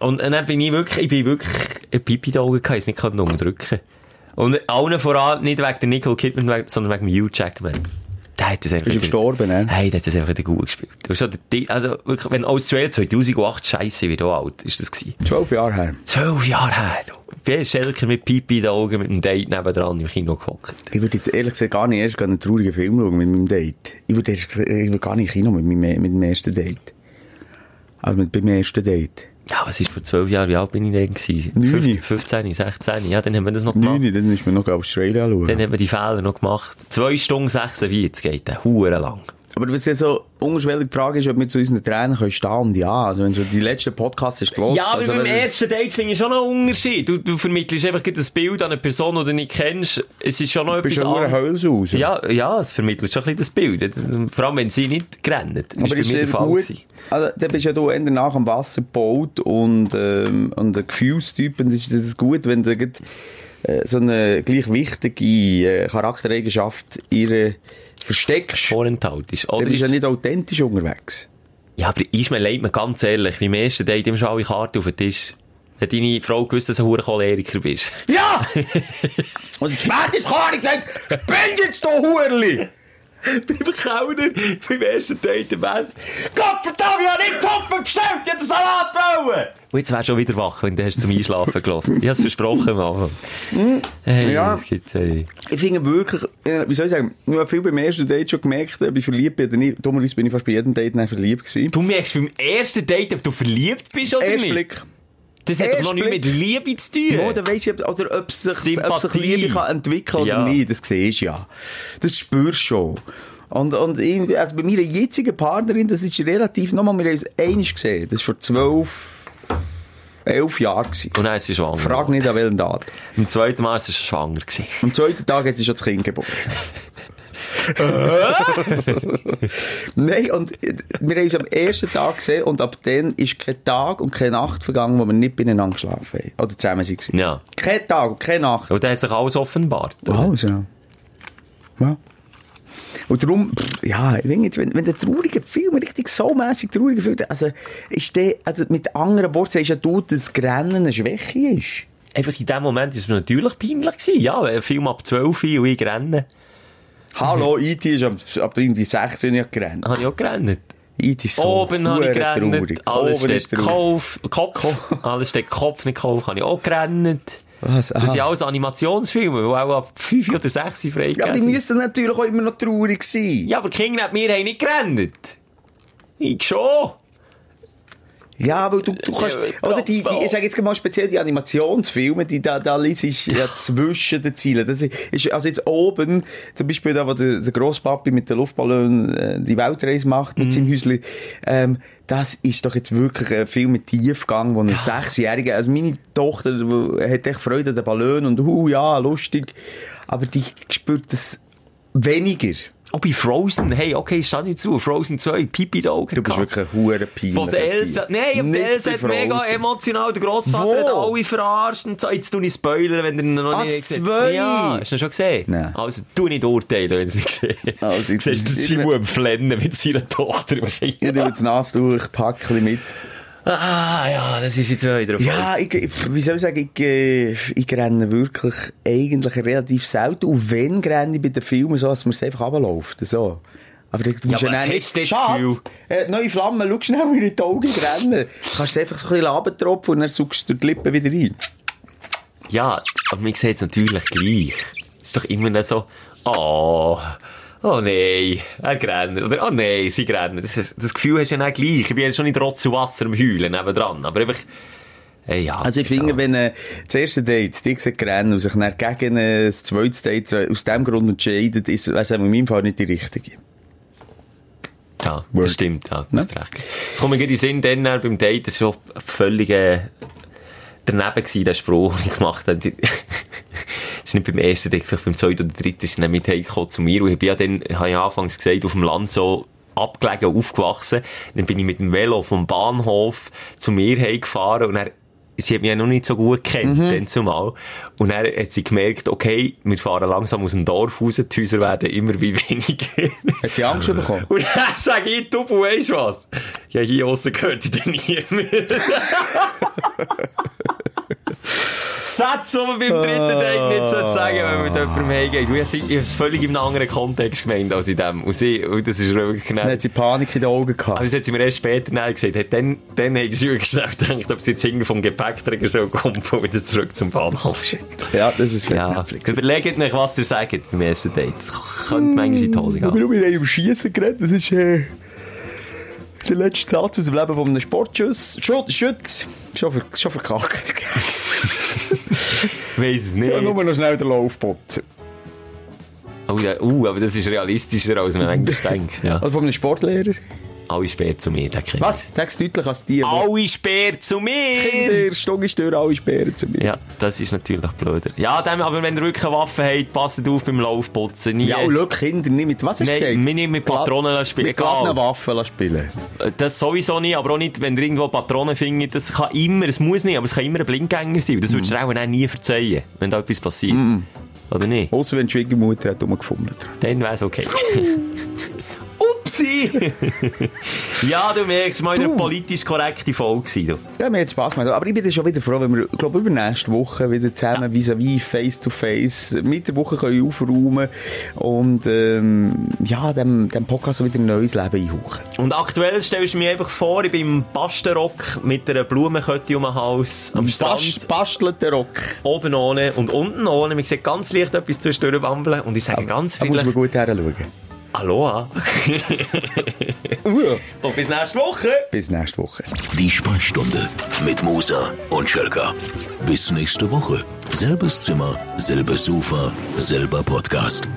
Und äh, dann bin ich wirklich, ich bin wirklich ein Pipi in den Augen gehabt, ich nicht konnte unterdrücken. Und allen voran, nicht wegen der Nicole Kidman, wegen- sondern wegen dem Hugh Jackman. Der hat das einfach... Ist er wieder- gestorben, ne? Hey, der hat das einfach wieder gut gespielt. Das ist so der Di- also wirklich, wenn Australia 2008 scheiße wie da alt ist das gewesen. Zwölf Jahre her. Zwölf Jahre her, du. Wie Schelker mit Pipi in den Augen, mit einem Date nebendran im Kino gehockt. Ich würde jetzt ehrlich gesagt gar nicht erst einen traurigen Film schauen mit meinem Date. Ich würde, erst, ich würde gar nicht in Kino mit, meinem, mit dem ersten Date. Also mit beim ersten Date. Ja, was ist vor zwölf Jahren, wie alt bin ich denn gewesen? Neun. 15, 15, 16, ja, dann haben wir das noch gemacht. Neun, dann ist man noch Australien Dann schauen. hat man die Fehler noch gemacht. 2 Stunden 46 geht der. Huren lang. Aber was ja so unterschwellig die Frage ist, ob wir zu unseren Tränen können stehen und ja. Also wenn du die letzten Podcasts hast gehört. Ja, aber also beim wenn- ersten Date finde ich schon noch einen Unterschied. Du, du vermittelst einfach gerade ein Bild an eine Person, die du nicht kennst. Es ist schon noch bist etwas du eine anderes. Hölse raus. Ja, ja, es vermittelt schon ein bisschen das Bild. Vor allem, wenn sie nicht gerannt. Das Aber bei ist mir sehr der Fall gut. gewesen. Also, da bist ja du eher nach am Wasser gebaut und, ähm, und ein Gefühlstyp. Und ist das gut, wenn du gleich, äh, so eine gleich wichtige äh, Charaktereigenschaft ihre versteckst. Vorenthaltest. dann Oder bist du ja ist, nicht authentisch unterwegs. ja, aber ist mir leid, mir ganz ehrlich, beim ersten Date nimmst du alle Karten auf den Tisch. Hat deine Frau gewusst, dass du ein hoher Choleriker bist? Ja! und spät ist gekommen und gesagt, spiel jetzt hier, Hurli! beim Kellner, beim ersten Date im Mess. Gott verdammt, ich habe nicht Suppe bestellt, ich hätte einen Salat wollen. Und jetzt wärst du schon wieder wach, wenn du hast zum Einschlafen gelassen. Ich habe es versprochen am Anfang. Hey, Ja. es gibt, hey. Ich finde wirklich, äh, wie soll ich sagen, ich habe viel beim ersten Date schon gemerkt, ob ich verliebt bin oder nicht. Dummerweise bin ich fast bei jedem Date dann verliebt gewesen. Du merkst beim ersten Date, ob du verliebt bist oder nicht. Erstblick. Das hat doch noch nichts mit Erstblick. Liebe zu tun. Ja, dann weiss ich, ob, oder ob sich, ob sich Sympathie. Liebe kann entwickeln Ja. oder nicht. Das siehst du ja. Das spürst du schon. Und, und ich, also bei meiner jetzigen Partnerin, das ist relativ, nochmal, wir haben uns einmal gesehen. Das war vor zwölf, elf Jahren. gewesen. Und dann ist sie schwanger. Frag nicht an welchem Datum. Am zweiten Mal war sie schwanger. gewesen. Am zweiten Tag hat sie schon das Kind geboren. Nein, und äh, wir haben uns am ersten Tag gesehen und ab dann ist kein Tag und keine Nacht vergangen, wo wir nicht beieinander geschlafen haben. Oder zusammen waren. Ja. Kein Tag und keine Nacht. Und dann hat sich alles offenbart. Alles, ja. Oh, ja. Und darum, pff, ja, ich weiss nicht, wenn, wenn der traurige Film, richtig saumässig traurige Film, also, ist der, also mit anderen Worten sagst ja du, dass Grennen eine Schwäche ist. Einfach in dem Moment war es mir natürlich peinlich. Gewesen. Ja, ein Film ab 12 Uhr und ich renne. Hallo, IT ist ab, ab irgendwie 16 nicht gerannt. Dann habe ich auch gerannt. IT ist so Oben habe ich verdammt gerannt, Oh, traurig. alles Oben steht ist traurig. Kopf, Kopf, alles steht Kopf, nicht Kopf, habe ich auch gerannt. Was? Das sind Aha. alles Animationsfilme, die auch ab 5 oder 6 freigegeben Ja, aber die sind. müssen natürlich auch immer noch traurig sein. Ja, aber King und wir haben nicht gerannt. Ich schon. Ja, weil du, du Äh, kannst, Ja, oder die, die, ich sage jetzt mal speziell die Animationsfilme, die da, da liest ist ja zwischen den Zielen. Das ist, also jetzt oben, zum Beispiel da, wo der, der Grosspapi mit der Luftballon äh, die Weltreise macht Mhm. mit seinem Häuschen, ähm, das ist doch jetzt wirklich ein Film mit Tiefgang, wo ein Sechsjähriger, also meine Tochter die hat echt Freude an den Ballon und, uh, ja, lustig. Aber die spürt das weniger. Oh, bei Frozen, hey, okay, stand ich zu. Frozen 2, Pipi da Augen Du bist gehabt. wirklich ein hure Von der Elsa, nein, aber der Elsa hat mega emotional, der Grossvater Wo? hat alle verarscht und so. Jetzt tu ich Spoiler, wenn ihr ihn noch Ah, nicht das gesehen Zwei. Ja, hast du ihn schon gesehen? Nein. Also, tu nicht urteilen, wenn es nicht gesehen Also, also, ich- Siehst du, ich- Simon am Flennen mit seiner Tochter. Ich nehme jetzt Nasentuch, Packli mit. ah, ja, das ist jetzt wieder ein Fall. Ja, ich, ich- wie soll ich sagen, ich, äh, ich renne wirklich eigentlich relativ selten. Und wenn renne ich bei den Filmen so, dass man es einfach runterläuft. So. Aber du musst aber was dann hast du jetzt Schatz, Gefühl? Äh, neue Flamme, schau schnell in die Augen rennen. Du kannst es einfach so ein bisschen runtertropfen und dann suchst du die Lippen wieder rein. Ja, aber mir sieht es natürlich gleich. Es ist doch immer noch so, oh, oh nein, er grennt. Oder, oh nein, sie grennt. Das, ist- das Gefühl hast du ja dann "Nou, gleich. Ich bin ja schon in Rotz und Wasser am Heulen nebendran. Aber einfach, hey, eh, ja. Also ich finde, wenn äh, das erste Date die gesagt rennen und sich dann gegen äh, das zweite Date äh, aus dem Grund entscheidet, ist es in meinem Fall nicht die richtige. Ja, Word. das stimmt, ja, du hast recht. Es kommt mir gerade in den Sinn, dann äh, beim Date, das war schon völlig äh, daneben gewesen, der Spruch, den ich gemacht habe. Das ist nicht beim ersten Date, vielleicht beim zweiten oder dritten, ist dann mit heimgekommen zu mir. Und ich bin ja dann, habe ich anfangs gesagt, auf dem Land so abgelegen und aufgewachsen. Dann bin ich mit dem Velo vom Bahnhof zu mir heimgefahren und dann, sie hat mich ja noch nicht so gut gekannt, dann zumal. Und dann hat sie gemerkt, okay, wir fahren langsam aus dem Dorf raus, die Häuser werden immer wie weniger. Hat sie Angst bekommen? Und dann sag ich, du weißt was? Ja, hier aussen gehört dir niemand. Satz, den man beim dritten Date nicht so sagen, wenn man mit jemandem heimgeht. Und Ich habe es völlig in einem anderen Kontext gemeint als in dem. Und, sie, und das ist ihr wirklich Dann genau. hat sie Panik in den Augen gehabt. Aber das hat sie mir erst später nein gesagt. Hat dann, dann haben sie wirklich schnell gedacht, ob sie jetzt irgendwie vom Gepäckträger so kommt und wieder zurück zum Bahnhof schickt. ja, das ist für Ja, Netflix. überlegt euch, was ihr sagt beim ersten Date. Das könnte manchmal in die Hose Ja. gehen. Wir haben über Schießen geredet. Das ist äh, der letzte Satz aus dem Leben von einem Sportschuss. Schutz, Schütz. Schon, ver schon verkackt. Ich weiss es nicht. Ja, nur noch schnell den Laufbot. Oh, ja, uh, aber das ist realistischer, als man eigentlich denkt. Ja. Also von einem Sportlehrer. Alle Speer zu mir, der kennt. Was? Sag's deutlich als die. Alle Speer zu mir! Kinder, Stunde stören alle Sperren zu mir. Ja, das ist natürlich blöder. Ja, dem, aber wenn ihr wirklich eine Waffe habt, passt auf beim Laufputzen. Nie. Ja, und schau, Kinder, nicht mit, was hast du gesagt? Nein, wir nicht mit Patronen lassen spielen. Mit glatten Egal. Waffen lassen spielen. Das sowieso nicht, aber auch nicht, wenn ihr irgendwo Patronen findet. Das kann immer, es muss nicht, aber es kann immer ein Blindgänger sein. Das würdest du Mhm. dir auch dann nie verzeihen, wenn da etwas passiert. Oder nicht? Außer wenn die Schwiegermutter hat rumgefummelt. Dann wär's okay. Upsi! ja, du merkst, mal eine Du. politisch korrekte Folge gewesen, du. Ja, mir hat Spass gemacht. Aber ich bin dann schon wieder froh, wenn wir, glaube übernächste Woche wieder zusammen vis-à-vis, face-to-face, mit der Woche können aufräumen und ähm, ja, dem, dem Podcast so wieder ein neues Leben einhauchen. Und aktuell stellst du mir einfach vor, ich bin im Bastenrock mit einer Blumenkette um den Hals am Strand. Bast, bastelter Rock. Oben ohne und unten ohne. Man sieht ganz leicht etwas zwischendurch bambeln und ich sage ganz Da muss man viel gut heranschauen. Aloha. Uh. Und bis nächste Woche. Bis nächste Woche. Die Sprechstunde mit Musa und Schelka. Bis nächste Woche. Selbes Zimmer, selbes Sofa, selber Podcast.